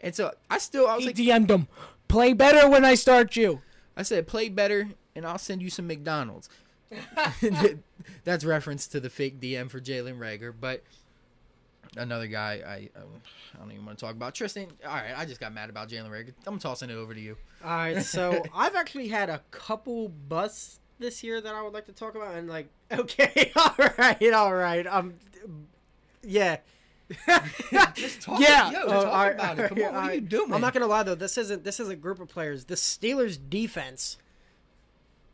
And so I still, I was like,
DM'd him. Play better when I start you.
I said, play better, and I'll send you some McDonald's. That's reference to the fake DM for Jalen Rager, but another guy I um, I don't even want to talk about. Tristan, all right, I just got mad about Jalen Rager. I'm tossing it over to you.
All right, so I've actually had a couple busts this year that I would like to talk about, and like, okay, all right, all right, um, yeah,
Just talk,
yeah.
yo,
uh,
just
all
talk
right,
about
all
it. Come
right,
on, what
all
are you
right.
doing?
I'm not gonna lie though, this isn't this is a group of players. The Steelers defense,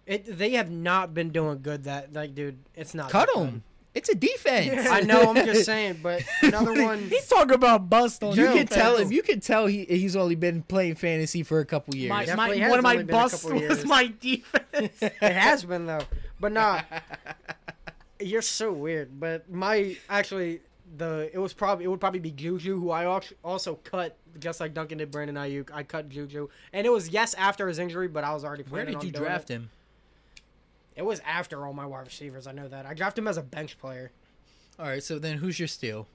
it they have not been doing good. That like, dude, it's not
cut
that good.
him. It's a defense.
I know. I'm just saying, but another one.
talking about bust on
You can tell him. You can tell he he's only been playing fantasy for a couple years.
My,
Definitely
my,
has
one of my
only been a
busts
couple years.
was my defense.
it has been though. But nah, you're so weird. But my actually the it was probably it would probably be Juju who I al- also cut just like Duncan did Brandon Ayuk. I cut Juju, and it was yes after his injury, but I was already
Where did
planning on
you
doing
draft
it.
him?
It was after all my wide receivers. I know that I drafted him as a bench player.
All right, so then who's your steal?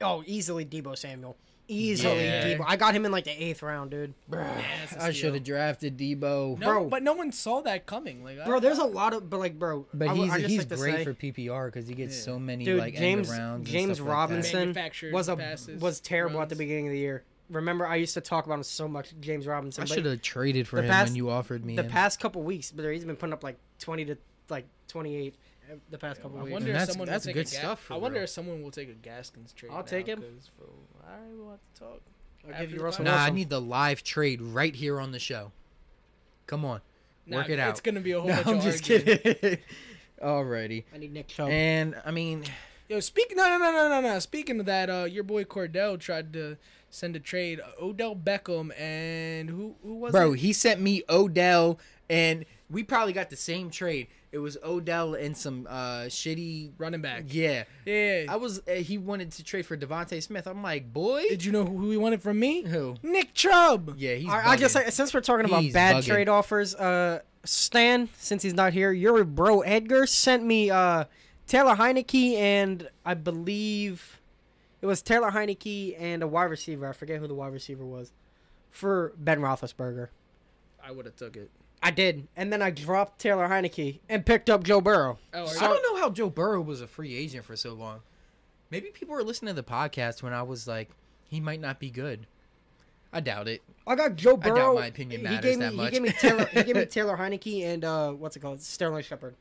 Oh, easily Debo Samuel. Easily
Yeah.
Debo. I got him in like the eighth round, dude.
that's a
I
steal.
should have drafted Debo.
No,
Bro.
but no one saw that coming. Like, I-
Bro, there's a lot of, but like, bro,
But
I would-
he's
I just
he's
like to
great
say-
for PPR because he gets so many
Dude,
like
James-
end arounds. and
James
stuff like that.
Robinson.
manufactured
was a
passes,
was terrible at the
runs.
beginning of the year. Remember, I used to talk about him so much, James Robinson.
I
but
should have traded for
the
him
past-
when you offered me
the
him.
past couple weeks, but he's been putting up like twenty to like twenty eight the past couple
I
weeks.
wonder
And
if
that's-
someone
that's
will take
good
a Ga-
stuff for
I wonder
real.
if someone will take a Gaskins trade.
I'll
now,
take him.
'cause For, all right, we'll have to talk.
I'll
After
give you
the
Russell
podcast.
nah, I
Wilson.
need the live trade right here on the show. Come on,
Nah,
work it
It's
out.
gonna be a whole
No,
bunch
I'm
of
just
arguing.
kidding. Alrighty,
I need Nick Chubb.
and I mean,
Yo, speak. No, no, no, no, no, no. Speaking of that, uh, your boy Cordell tried to send a trade. uh, Odell Beckham and who who was
bro,
it?
he sent me Odell, and we probably got the same trade. It was Odell and some uh shitty.
running back.
Yeah,
Yeah.
I was. Uh, he wanted to trade for Devonte Smith. I'm like, boy,
Did you know who he wanted from me?
who?
Nick Chubb.
Yeah, he's.
I, I just
bugging.
like, since we're talking about
He's
bad
bugging.
trade offers, uh, Stan, since he's not here, your bro Edgar sent me uh Taylor Heineke and I believe it was Taylor Heineke and a wide receiver. I forget who the wide receiver was for Ben Roethlisberger.
I would have took it.
I did, and then I dropped Taylor Heineke and picked up Joe Burrow.
Oh, are
I don't know how Joe Burrow was a free agent for so long. Maybe people were listening to the podcast when I was like, he might not be good. I doubt it.
I got Joe
doubt
Burrow.
my opinion matters
he gave me,
that much.
He gave me Taylor. he gave me Taylor Heineke and uh, what's it called, Sterling Shepard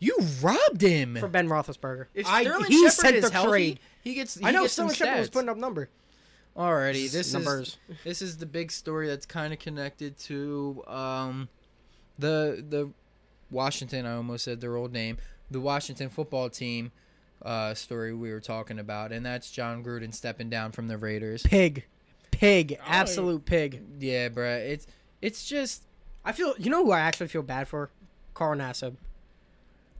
You robbed him.
for Ben Roethlisberger.
if
I-
Sterling
he
Shepard
sent
is
the
healthy,
trade.
he gets. He
I know
gets some
Sterling Shepard was
stats.
putting up number.
Alrighty, this
Numbers.
is this is the big story that's kind of connected to um, the the Washington. I almost said their old name, the Washington football team uh, story we were talking about, and that's John Gruden stepping down from the Raiders.
Pig,
Oh,
pig,
I-
absolute pig.
Yeah, bruh. It's it's just
I feel. You know who I actually feel bad for? Carl Nassib.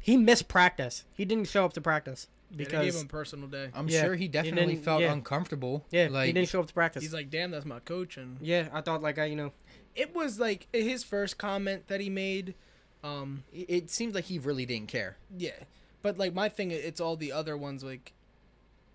He missed practice. He didn't show up to practice
Because yeah, they
because
gave him a personal day.
I'm
Yeah,
sure he
he
definitely
didn't-
felt
yeah.
uncomfortable.
yeah, he
like
didn't show up to practice.
He's like, damn, that's my coach, and
yeah, I thought like I, you know,
it was like his first comment that he made. Um,
it- it seems like he really didn't care.
yeah, but like my thing, it's all the other ones. Like,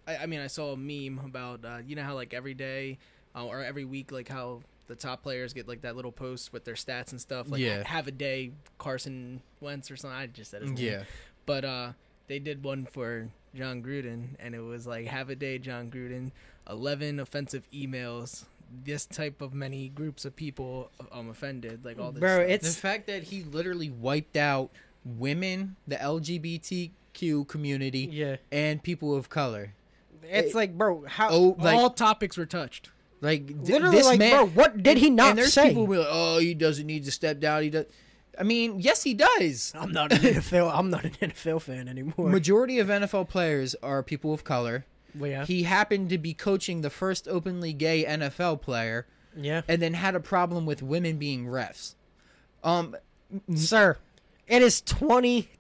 I, I mean, I saw a meme about uh, you know how like every day uh, or every week, like how the top players get like that little post with their stats and stuff. Like,
Yeah.
have a day, Carson Wentz or something. I just said his name. But uh, they did one for John Gruden, and it was like, "Have a day, John Gruden." Eleven offensive emails. This type of many groups of people um offended. Like all this.
bro,
stuff.
the
it's
fact that he literally wiped out women, the LGBTQ community,
yeah,
and people of color.
it's
it-
like, bro, how
Oh, like
all topics were touched.
like th-
literally
this
like,
man.
bro, what did he not
and there's
say?
people who are like, oh, he doesn't need to step down. He does. I mean, yes, he does.
I'm not an NFL. I'm not an NFL fan anymore.
Majority of NFL players are people of color.
Well, yeah.
He happened to be coaching the first openly gay NFL player.
yeah.
and then had a problem with women being refs. Um,
Sir, it is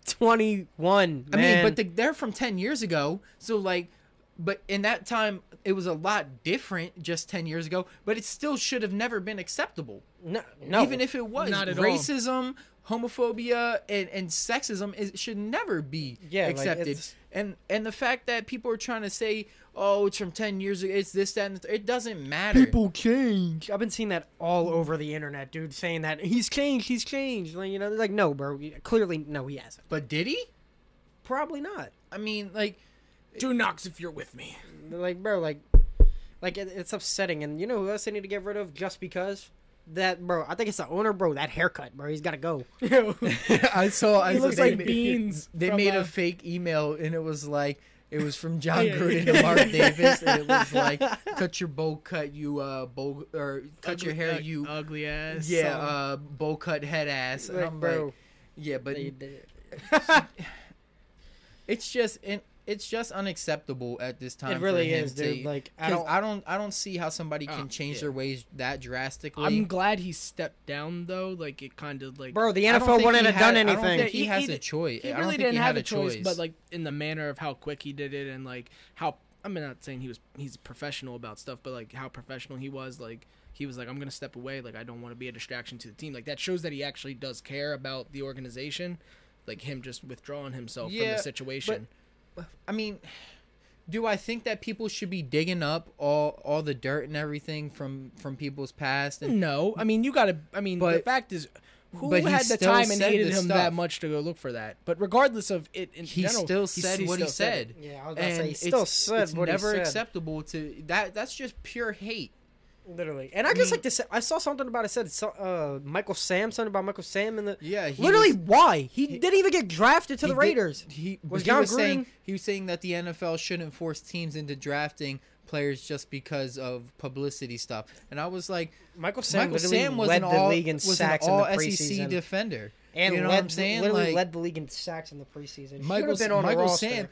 2021,
I
man.
mean, but the, they're from ten years ago, so like, but in that time it was a lot different just ten years ago. But it still should have never been acceptable,
no, no.
even if it was
Not at all.
racism, homophobia, and and sexism is should never be
Yeah, like,
accepted.
it's-
and and the fact that people are trying to say, oh, it's from ten years ago, it's this that, and the th- it doesn't matter.
change. I've been seeing that all over the internet, dude, saying that he's changed, he's changed. Like, you know, like no, bro. Clearly, no, he hasn't.
but did he?
Probably not.
I mean, like.
Do knocks if you're with me.
Like, bro, like, like it, it's upsetting. And you know who else they need to get rid of just because? That bro, I think it's the owner, bro. That haircut, bro. He's gotta go.
I saw. I
He
saw
looks
they
like
ma-
Beans
They
from,
made a
uh,
fake email, and it was like it was from John
yeah,
Gruden to Mark Davis, and it was like, "Cut your bowl cut, you uh bowl or cut your hair,
ug-
you
ugly ass.
yeah
son.
uh bowl cut head ass." And
Like,
I'm
bro,
like, "Yeah, but
they did it.
it's just and it's just unacceptable at this time."
It
for
really
him
is,
to-
dude. Like, I
'cause
don't.
I don't, I don't see how somebody
Ah,
can change
yeah.
their ways that drastically.
I'm glad he stepped down though. Like it kind of like
Bro, the
I don't
NFL
think
wouldn't
he
have
had-
done
I don't
anything.
think he,
He-
has
he-
a choice.
he
I don't
really
think
didn't
he
have
had
a choice,
choice,
but like in the manner of how quick he did it and like how I'm not saying he was he's professional about stuff, but like how professional he was. Like he was like I'm gonna step away. Like I don't want to be a distraction to the team. Like that shows that he actually does care about the organization. Like him just withdrawing himself
Yeah,
from
but-
the situation.
I mean, do I think that people should be digging up all all the dirt and everything from from people's past and
No, I mean you got to. I mean the
But-
fact is, who
but he
had the
still
time and
said
hated
the
him that
stuff.
much to go look for that? But regardless of it, in
he
general,
still
he
said
s-
what he
it.
said.
Yeah, I was about to
And
say he
it's,
still said
it's
what he
never
said.
acceptable to that. That's just pure hate.
Literally, and I just like to say, I saw something about it said so, uh, Michael Sam, something about Michael Sam and the.
Yeah, he
Literally,
was-
why he, didn't even get drafted to
He
the
did-
Raiders?
he
Was
was, he
John
was saying
Gruden-
he was saying that the NFL shouldn't force teams into drafting players just because of publicity stuff. And I was like,
Michael Sam
Michael
literally
Sam was
led
an
the
all
league in
was an
sacks in
all
the preseason,
SEC defender.
and
you know
led,
what I'm saying?
literally
Like,
led the league in sacks in the preseason. He
Michael,
should've been on a
Michael
roster.
Sam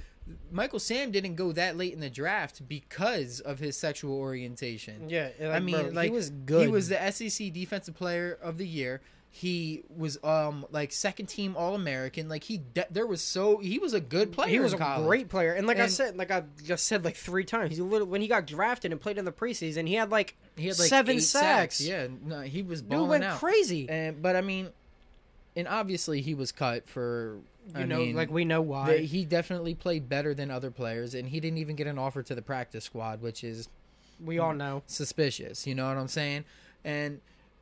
Michael Sam didn't go that late in the draft because of his sexual orientation.
Yeah, like,
I mean,
bro,
like
he was good.
He was the SEC Defensive Player of the Year. He was um like second team All American. Like he, de- there was so he was a good player.
he was a
in college.
great player, and like I
And-
said, like I just said like three times, he literally when he got drafted and played in the preseason, he had like
He had like
seven
eight
sacks.
Yeah, no, he was balling
dude went
out.
crazy.
And but I mean, and obviously he was cut for
you
I
know,
mean,
like we know why.
they- he definitely played better than other players, and he didn't even get an offer to the practice squad, which is
we all know.
suspicious. You know what I'm saying? And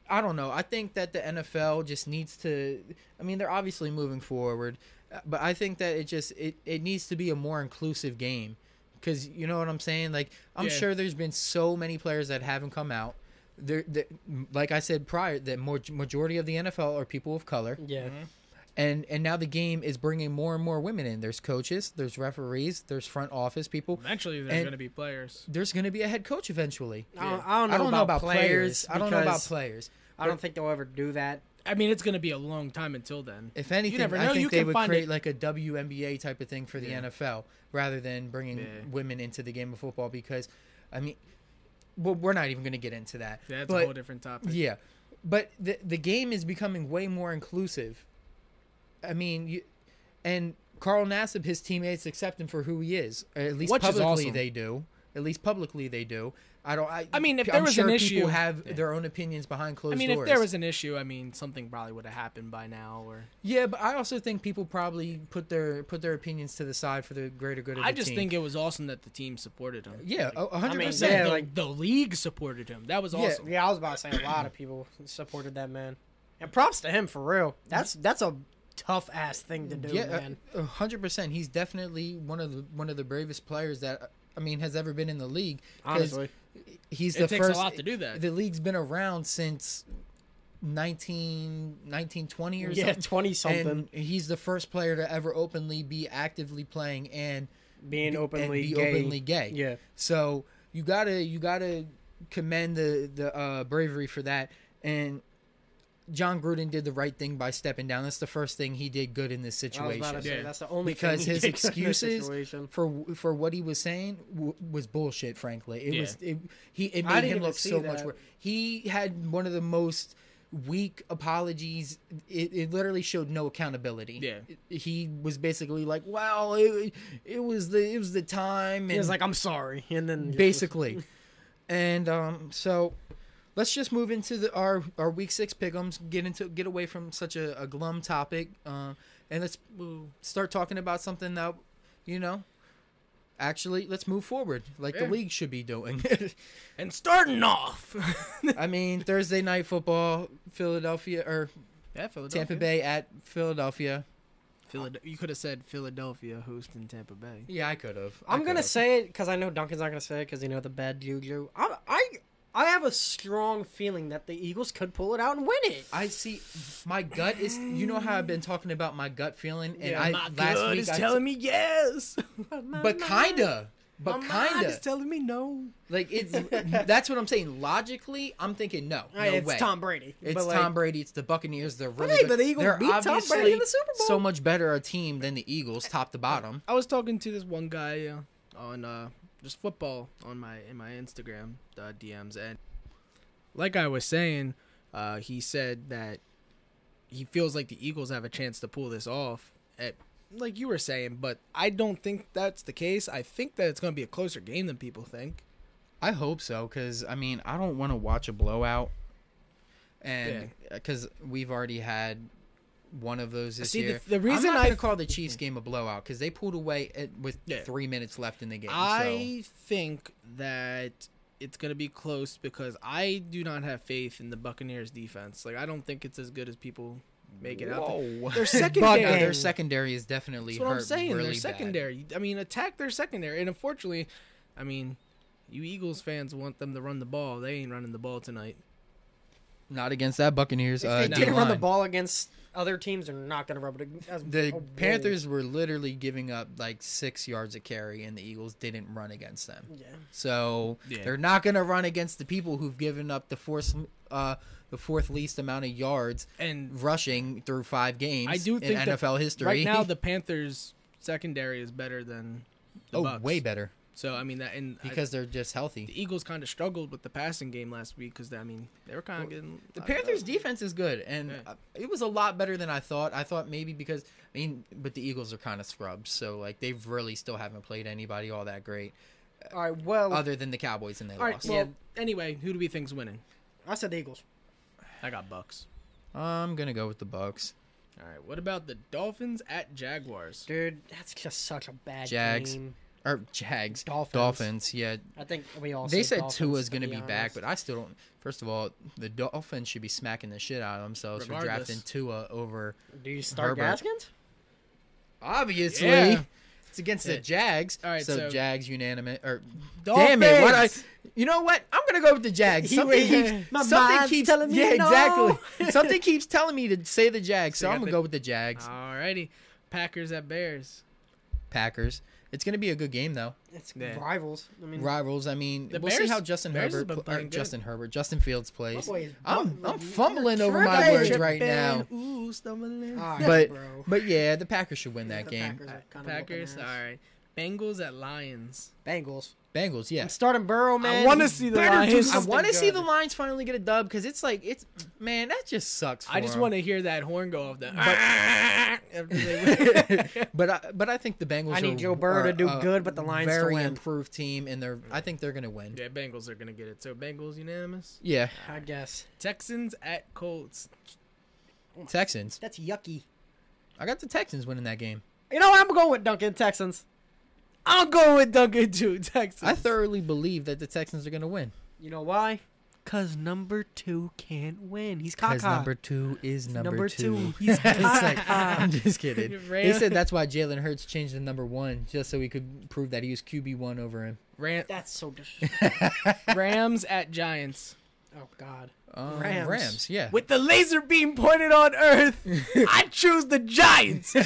I don't know. I think that the NFL just needs to. I mean, they're obviously moving forward, uh, but I think that it just it it needs to be a more inclusive game. Because you know what I'm saying? Like I'm
Yeah.
sure there's been so many players that haven't come out. There, that- like I said prior, the more, majority of the NFL are people of color
Yeah,
and and now the game is bringing more and more women in. There's coaches, there's referees, there's front office people.
Eventually, there's
And-
going to be players.
There's going to be a head coach eventually.
I, don't, I don't know about, players.
I don't know about
because
players.
I don't think they'll ever do that.
I mean, it's going to be a long time until then.
If anything,
never know.
I think
You
they
can
would
find
create
it-
like a WNBA type of thing for the NFL rather than bringing
Yeah.
women into the game of football because, I mean, well, we're not even going to get into that.
That's
But-
a whole different topic.
Yeah, but the the game is becoming way more inclusive. I mean, you, and Carl Nassib, his teammates accept him for who he is. or At least
Which is
publicly,
awesome.
they do. At least publicly, they do. I don't. I,
I mean, if
I'm
there was
sure
an issue-
people have their own opinions behind closed
I mean,
doors.
if there was an issue, I mean, something probably would have happened by now. Or
yeah, but I also think people probably put their put their opinions to the side for the greater good of the
I just
team.
think it was awesome that the team supported him.
yeah, a- a
I
hundred
mean,
percent.
yeah, oh,
Yeah,
the,
like-
the league supported him. That was
Yeah.
awesome.
Yeah, I was about to say a lot of people supported that man, and props to him for real. That's that's a tough ass thing to do,
Yeah,
man.
a- a hundred percent. He's definitely one of the one of the bravest players that I mean has ever been in the league. 'cause
Honestly.
he's
It
the
takes a
first.
lot to do that.
The league's been around since 19, 1920 or
Yeah,
something.
twenty something,
And he's the first player to ever openly be actively playing and
being openly
and be
gay.
openly gay.
Yeah.
So you gotta you gotta commend the the uh, bravery for that. And John Gruden did the right thing by stepping down. That's the first thing he did good in this
I was about to
situation.
say
Yeah.
that's the only
Because
thing he
his
did in this
excuses
situation.
for for what he was saying w- was bullshit. Frankly, it
Yeah.
was it, he it made
I didn't
him
even
look
see
so much
that.
worse. He had one of the most weak apologies. It, it literally showed no accountability.
Yeah.
he was basically like, "Well, it, it was the it was the time." And
He was like, "I'm sorry," and then
basically. and um, so let's just move into the, our our week six pickums. Get into get away from such a, a glum topic, uh, and let's start talking about something that you know. Actually, let's move forward like the
Yeah.
league should be doing.
And starting off,
I mean, Thursday night football, Philadelphia or
yeah, Philadelphia.
Tampa Bay at Philadelphia.
Philad- you could have said Philadelphia hosting Tampa Bay.
Yeah, I could have.
I'm gonna say it because I know Duncan's not gonna say it because you know the bad juju. I, I I have a strong feeling that the Eagles could pull it out and win it.
I see. My gut is. You know how I've been talking about my gut feeling, and
Yeah,
I
My
last
gut
week
is
I t-
telling me yes,
but kinda, but
My mind
kinda.
is telling me no.
Like it's that's what I'm saying. Logically, I'm thinking no, no
it's
way.
Tom Brady.
It's
but, like,
Tom Brady. It's the Buccaneers. They're really
hey,
good.
but the Eagles
They're
beat Tom Brady in
obviously
the Super Bowl.
So much better a team than the Eagles, top to bottom.
I was talking to this one guy uh, on uh, just football on my in my Instagram uh, DMs, and like I was saying, uh, he said that he feels like the Eagles have a chance to pull this off. At, like you were saying, but I don't think that's the case. I think that it's going to be a closer game than people think.
I hope so, because I mean, I don't want to watch a blowout, and because we've already had one of those this
See, the-
year.
the reason
I'm not
I-
gonna call the Chiefs game a blowout because they pulled away at, with
Yeah.
three minutes left in the game. so.
I think that it's going to be close because I do not have faith in the Buccaneers defense. Like I don't think it's as good as people make it out. to-
Whoa.
Their
No,
secondary,
their
Buccaneers.
secondary is definitely
That's what I'm
hurt
saying.
really
their
bad.
secondary. I mean, attack their secondary. And unfortunately, I mean, you Eagles fans want them to run the ball. They ain't running the ball tonight.
Not against that Buccaneers.
If
uh,
they didn't
D-line.
run the ball against other teams, they're not going to rub it. ag- That's,
The
oh, whoa.
Panthers were literally giving up like six yards a carry, and the Eagles didn't run against them.
Yeah.
So
Yeah.
they're not going to run against the people who've given up the fourth, uh, the fourth least amount of yards
And
rushing through five games.
I do think
in
that
NFL history
right now the Panthers secondary is better than the
oh
Bucs.
way better
So I mean that and I-
because they're just healthy.
the Eagles kind of struggled with the passing game last week because I mean they were kind of getting
The Panthers' defense is good, and
Yeah.
uh, it was a lot better than I thought. I thought maybe because I mean, but the Eagles are kind of scrubs, so like they really still haven't played anybody all that great,
All right. Well,
other than the Cowboys, and they
Oh. All right,
lost.
Well, anyway, who do we think's winning?
I said the Eagles.
I got Bucks.
I'm gonna go with the Bucks.
All right, what about the Dolphins at Jaguars?
Dude, that's just such a bad
Jags.
game.
Or Jags,
Dolphins.
Dolphins, yeah.
I think we all
they
said
said
Dolphins,
Tua's
to
going to be, back,
honest.
but I still don't. First of all, the Dolphins should be smacking the shit out of themselves
Regardless.
for drafting Tua over.
do you start
Herbert.
Gaskins?
Obviously,
Yeah.
it's against the
Yeah.
Jags.
All right,
so,
so-
Jags unanimous. Or
Dolphins!
damn it, what I? You know what? I'm going to go with the Jags.
He
Something
was-
keeps.
my
something
mind's
keeps
telling me
Yeah,
no.
exactly. something keeps telling me to say the Jags,
So
so,
you
I'm going
got the- Ah.
to go with the Jags.
All righty, Packers at Bears.
Packers. It's going to be a good game though.
It's
Yeah.
rivals. I mean,
Rivals. I mean,
The
we'll see
Bears-
how Justin
Bears has
Herbert,
been
pl- or
playing good.
Justin Herbert, Justin Fields plays.
boy is
I'm
bumbling.
I'm fumbling
You're
over my
tripping.
words right now.
Ooh, stumbling.
All right,
But
bro.
but yeah, the Packers should win that
The
game.
Packers are kinda whooping
Packers. All
ass.
right, Bengals at Lions.
Bengals.
Bengals, yeah.
I'm starting Burrow, man.
wanna
He's
see the
better do
Lions. I
I
something
want to see
good.
the Lions finally get a dub because it's like it's man, that just sucks. For
I just
'em.
want to hear that horn go off. That. After they win.
but I, but I think the Bengals.
I need
are-
Joe Burrow to
are
do
a
good, but the Lions to
Very
win.
improved team, and they're. I think they're gonna win.
yeah, Bengals are gonna get it. So Bengals unanimous.
Yeah,
I guess
Texans at Colts.
Texans.
that's yucky.
I got the Texans winning that game.
You know what? I'm going with Duncan Texans.
I'll go with Duncan too. Texans.
I thoroughly believe that the Texans are gonna win
You know why? Cause number two can't win. He's
because
caca.
number two is number,
Number
two.
two. He's
It's like, I'm just kidding.
You're
They
right.
said that's why Jalen Hurts changed to number one just so he could prove that he was QB one over him.
Ram-
That's so disrespectful.
Rams at Giants.
oh God.
Um, Rams.
Rams.
yeah.
With the laser beam pointed on Earth, I choose the Giants. nah,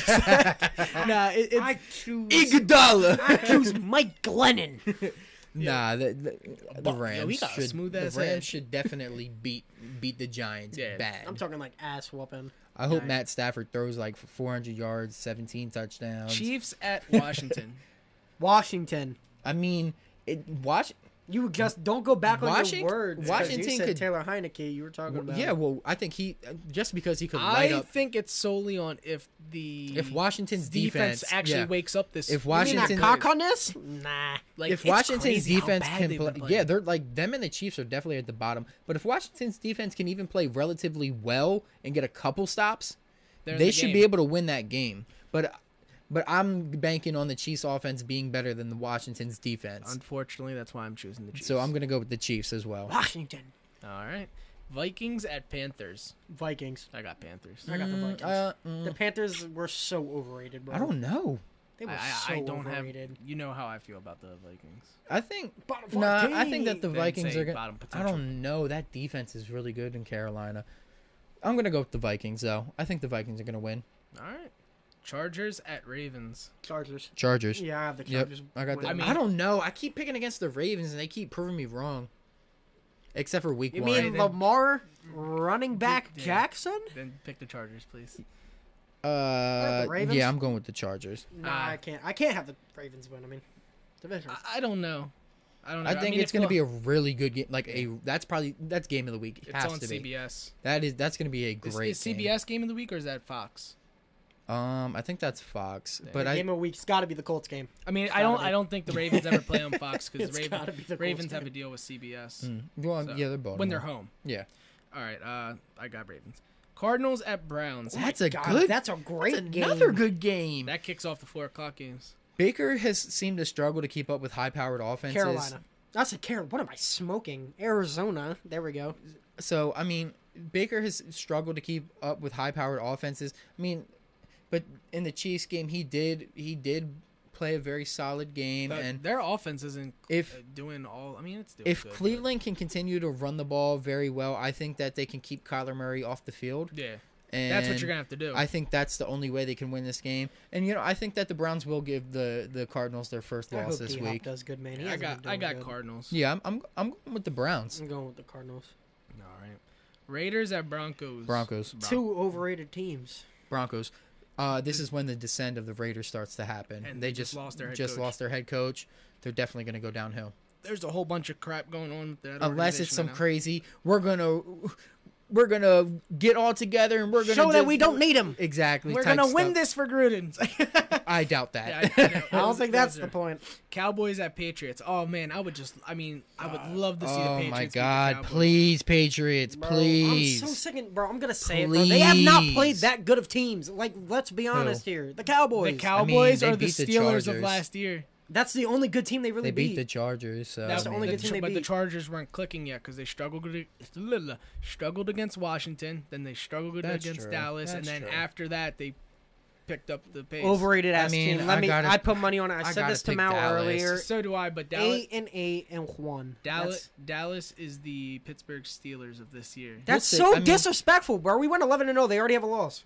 it, it's
I choose. I
Iguodala.
choose Mike Glennon.
Nah, the, the, the
But- yeah,
Rams
we got a
should
smooth
the
ass
Rams
head.
should definitely beat beat the Giants
Yeah.
bad.
I'm talking like ass whooping.
I hope Matt Stafford throws like for 400 yards, 17 touchdowns.
Chiefs at Washington.
Washington.
I mean, it watch
You just don't go back on
Washington-
your words. 'cause
Washington
you said
could-
Taylor Heineke. You were talking about.
yeah, well, I think he just because he could light
I
up
think it's solely on if the
if Washington's defense,
actually
yeah.
wakes up this.
If
You mean that
Washington-
cock on this? Nah.
like,
if
it's
Washington's
crazy how
defense
bad
can
they've
play,
been
yeah,
playing.
they're like them and the Chiefs are definitely at the bottom. But if Washington's defense can even play relatively well and get a couple stops,
They're in
they
the
should
game.
be able to win that game. But but I'm banking on the Chiefs offense being better than the Washington's defense.
Unfortunately, that's why I'm choosing the Chiefs.
So I'm going to go with the Chiefs as well.
Washington.
All right, Vikings at Panthers.
Vikings.
I got Panthers.
I got the Vikings.
Mm, uh, mm,
the Panthers were so overrated, bro.
I don't know.
They were
I, I-
so
I don't
overrated.
have. You know how I feel about the Vikings.
I think
Bottom
Nah,
fucking
I think that
team.
the
Then
Vikings
say
are going
bottom
to I
potential.
don't know. That defense is really good in Carolina. I'm going to go with the Vikings though. I think the Vikings are going to win.
All right, Chargers at Ravens.
Chargers.
Chargers.
Yeah, I have the
Yep,
Chargers.
I got
winning.
that. I,
I mean-
don't know. I keep picking against the Ravens, and they keep proving me wrong. Except for week
You
one.
mean Lamar running back
Yeah.
Jackson?
Then pick the Chargers, please.
uh,
the Ravens?
yeah, I'm going with the Chargers.
Nah,
Ah.
I can't. I can't have the Ravens win. I mean, division.
Uh,
I, I don't know. I don't know.
I think
mean,
it's going to be a really good game. Like a that's probably that's game of the week. It
It's
has
on
to be.
CBS.
That is that's going to be a
Is,
great
is CBS game of the week or is that Fox?
game. Um, I think that's Fox, but
the
I
game of week's got to be the Colts game.
I mean, I
gotta
don't.
be.
I don't think the Ravens ever play on Fox because
It's gotta be the
Ravens
Colts
have a
game.
deal with CBS
Mm. well,
So,
uh,
yeah, they're both
when they're home.
yeah.
All right, uh, I got Ravens. Cardinals at Browns.
That's
Oh My
a good-
That's a great game.
Another good game.
That kicks off the four o'clock games.
Baker has seemed to struggle to keep up with high-powered offenses.
Carolina. That's a Carolina. What am I smoking? Arizona. There we go.
So I mean, Baker has struggled to keep up with high-powered offenses. I mean, but in the Chiefs game, he did he did play a very solid game.
But
and
Uh, their offense isn't
If-
uh, doing all. I mean, it's doing.
if
good, but-
Cleveland can continue to run the ball very well, I think that they can keep Kyler Murray off the field.
yeah,
And
that's what you're gonna have to do.
I think that's the only way they can win this game. And you know, I think that the Browns will give the the Cardinals their first
I
loss
hope
this
D-Hop
week.
does good, man. He
I
hasn't
got
been
I
doing
got
good.
Cardinals.
Yeah, I'm I'm I'm going with the Browns.
Mm.
I'm going with the Cardinals.
All right. Raiders at Broncos.
Broncos.
Bron-
Two overrated teams.
Broncos. Uh, this is when the descend of the Raiders starts to happen.
And
they
they
just
just lost their head
just
coach.
lost their head coach. They're definitely going to go downhill
There's a whole bunch of crap going on with that.
unless it's some
organization right now.
crazy. We're gonna we're gonna get all together and we're gonna
Show that
just-
we don't need him.
exactly.
We're
type
gonna win
stuff.
this for Gruden.
I doubt that.
I don't think that's the point.
Cowboys at Patriots. Oh man, I would just. I mean, I
Uh,
would love to see the
oh
Patriots.
my
beat the
God!
Cowboys.
Please, Patriots,
Bro,
please.
I'm so second, bro. I'm gonna say it. Bro. They have not played
Please.
that good of teams. Like, let's be honest here. The Cowboys.
The Cowboys
they
are the
beat the
Steelers
Chargers.
of last year.
that's the only good team they really
they beat
beat.
the Chargers. So
That's
I
the
mean,
only good
the
team
Char-
they
But the
beat.
Chargers weren't clicking yet because they struggled to, struggled against Washington, then they struggled
That's
against
true.
Dallas, and
That's
then
true.
after that they picked up the pace.
Overrated ass
I mean,
team. Let
I
me.
gotta-
I put money on it. I,
I
said
gotta
this to
pick
Mal
Dallas.
earlier.
So do I, but Dallas,
Eight and eight and one.
Dallas,
That's,
Dallas is the Pittsburgh Steelers of this year.
that's
Listen,
so
I mean-
disrespectful, bro. We went eleven and zero. They already have a loss.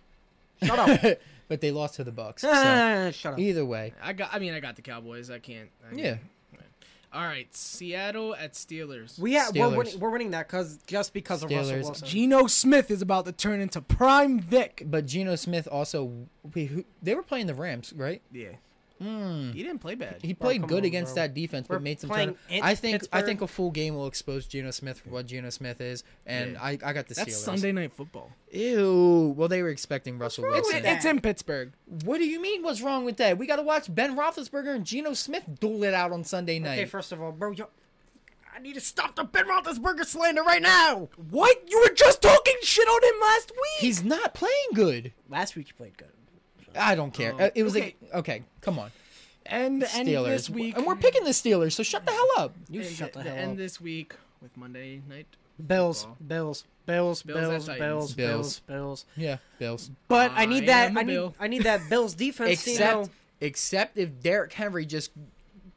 Shut up.
but they lost to the Bucks. So
Ah, Shut up.
either way,
I got. I mean, I got the Cowboys. I can't. I
yeah.
All right, Seattle at Steelers.
We ha- we're,
Steelers.
winning, we're winning that cause just because of Russell
Steelers.
Wilson.
Geno Smith is about to turn into prime Vic.
But Geno Smith also, wait, who, they were playing the Rams, right?
Yeah. He didn't play bad.
He played
come
good
on,
against
bro.
that defense, but
We're
made some.
playing
Turn-
in
I think I
Pittsburgh.
think a full game will expose Geno Smith for what Geno Smith is, and
Yeah.
I, I got the
That's
Steelers.
Sunday night football.
Ew. Well, they were expecting Russell
wrong with
Wilson.
that?
It's in Pittsburg.
What do you mean? What's wrong with that? We got to watch Ben Roethlisberger and Geno Smith duel it out on Sunday night.
Okay, first of all, bro, yo, I need to stop the Ben Roethlisberger slander right now.
What? You were just talking shit on him last week.
He's not playing good.
Last week you played good. Um,
I don't care.
Oh,
Uh, it was
okay.
like okay, come on,
And and
Steelers.
this week,
and we're picking the Steelers, so shut the hell up.
You
and
shut the hell
end
up.
this week with Monday night.
Bills,
Football.
Bills, Bills,
Bills at
Bills,
Titans.
Bills,
Bills.
Bills, Bills.
Yeah, Bills.
But I
I
need that.
am a
I need.
Bill.
I need that Bills defense. you
except
know.
except if Derrick Henry just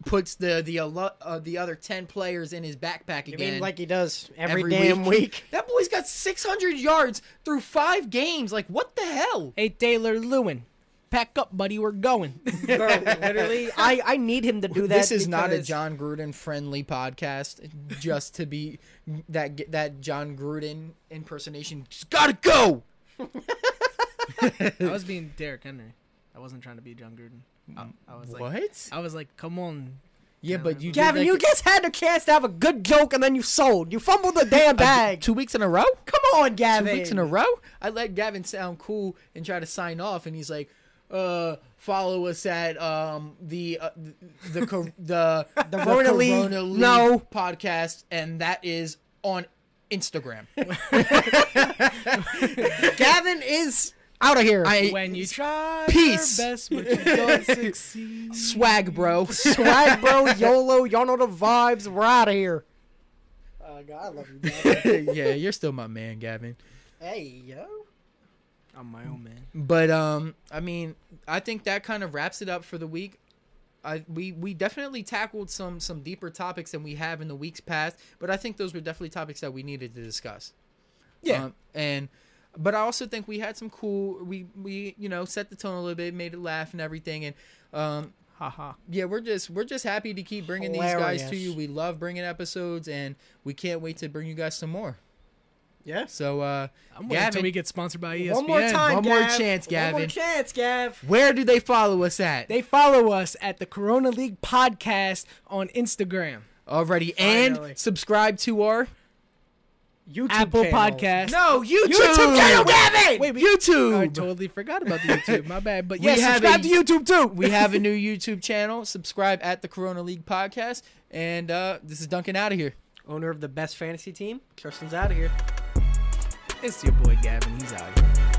puts the the alo- uh, the other ten players in his backpack
You
again.
mean like he does every,
every
damn week.
That boy's got 600 yards through five games. Like, what the hell?
Hey Taylor Lewin, pack up, buddy. We're going.
Bro, literally, I, I need him to do that.
this is not a
because-
John Gruden friendly podcast. Just to be that that John Gruden impersonation, just gotta go.
I was being Derek Henry. I wasn't trying to be John Gruden. I, I was like,
what?
I was like, come on.
Yeah, but you, did
Gavin,
like
you just had the chance to have a good joke and then you sold. You fumbled the damn bag.
two weeks in a row.
Come on,
two
Gavin.
weeks in a row. I let Gavin sound cool and try to sign off, and he's like, uh, "Follow us at um the uh, the the co- the, the
Rona League- no.
podcast, and that is on Instagram."
Gavin is out of here.
I
When you try
Peace.
your best, but you don't succeed.
swag, bro.
Swag, bro, YOLO, y'all know the vibes. We're out of here.
Uh,
Oh, God, I love you, Gavin.
yeah, you're still my man, Gavin.
hey, yo.
I'm my own man.
But um, I mean, I think that kind of wraps it up for the week. I we we definitely tackled some some deeper topics than we have in the weeks past, but I think those were definitely topics that we needed to discuss.
Yeah.
Um, and but I also think we had some cool we we you know set the tone a little bit, made it laugh and everything, and um
Haha.
yeah we're just we're just happy to keep bringing these guys to
Hilarious.
you. We love bringing episodes, and we can't wait to bring you guys some more.
Yes.
So uh,
I'm waiting until
Gavin,
we get sponsored by E ESPN.
One more time,
one more
Gav.
chance,
One more
Gavin.
chance, Gav.
where do they follow us at?
They follow us at the Corona League podcast on Instagram.
Already
Finally.
and subscribe to our
YouTube
Apple
channel.
Podcast.
no YouTube,
YouTube channel, Gavin!
Wait,
Wait, I
YouTube.
totally forgot about the YouTube. My bad. But
We
yeah,
have
subscribe
a-
to YouTube too.
we have a new YouTube channel. Subscribe at the Corona League podcast. And uh, this is Duncan out of here.
Owner of the best fantasy team. Tristan's out of here.
It's your boy Gavin. He's out here.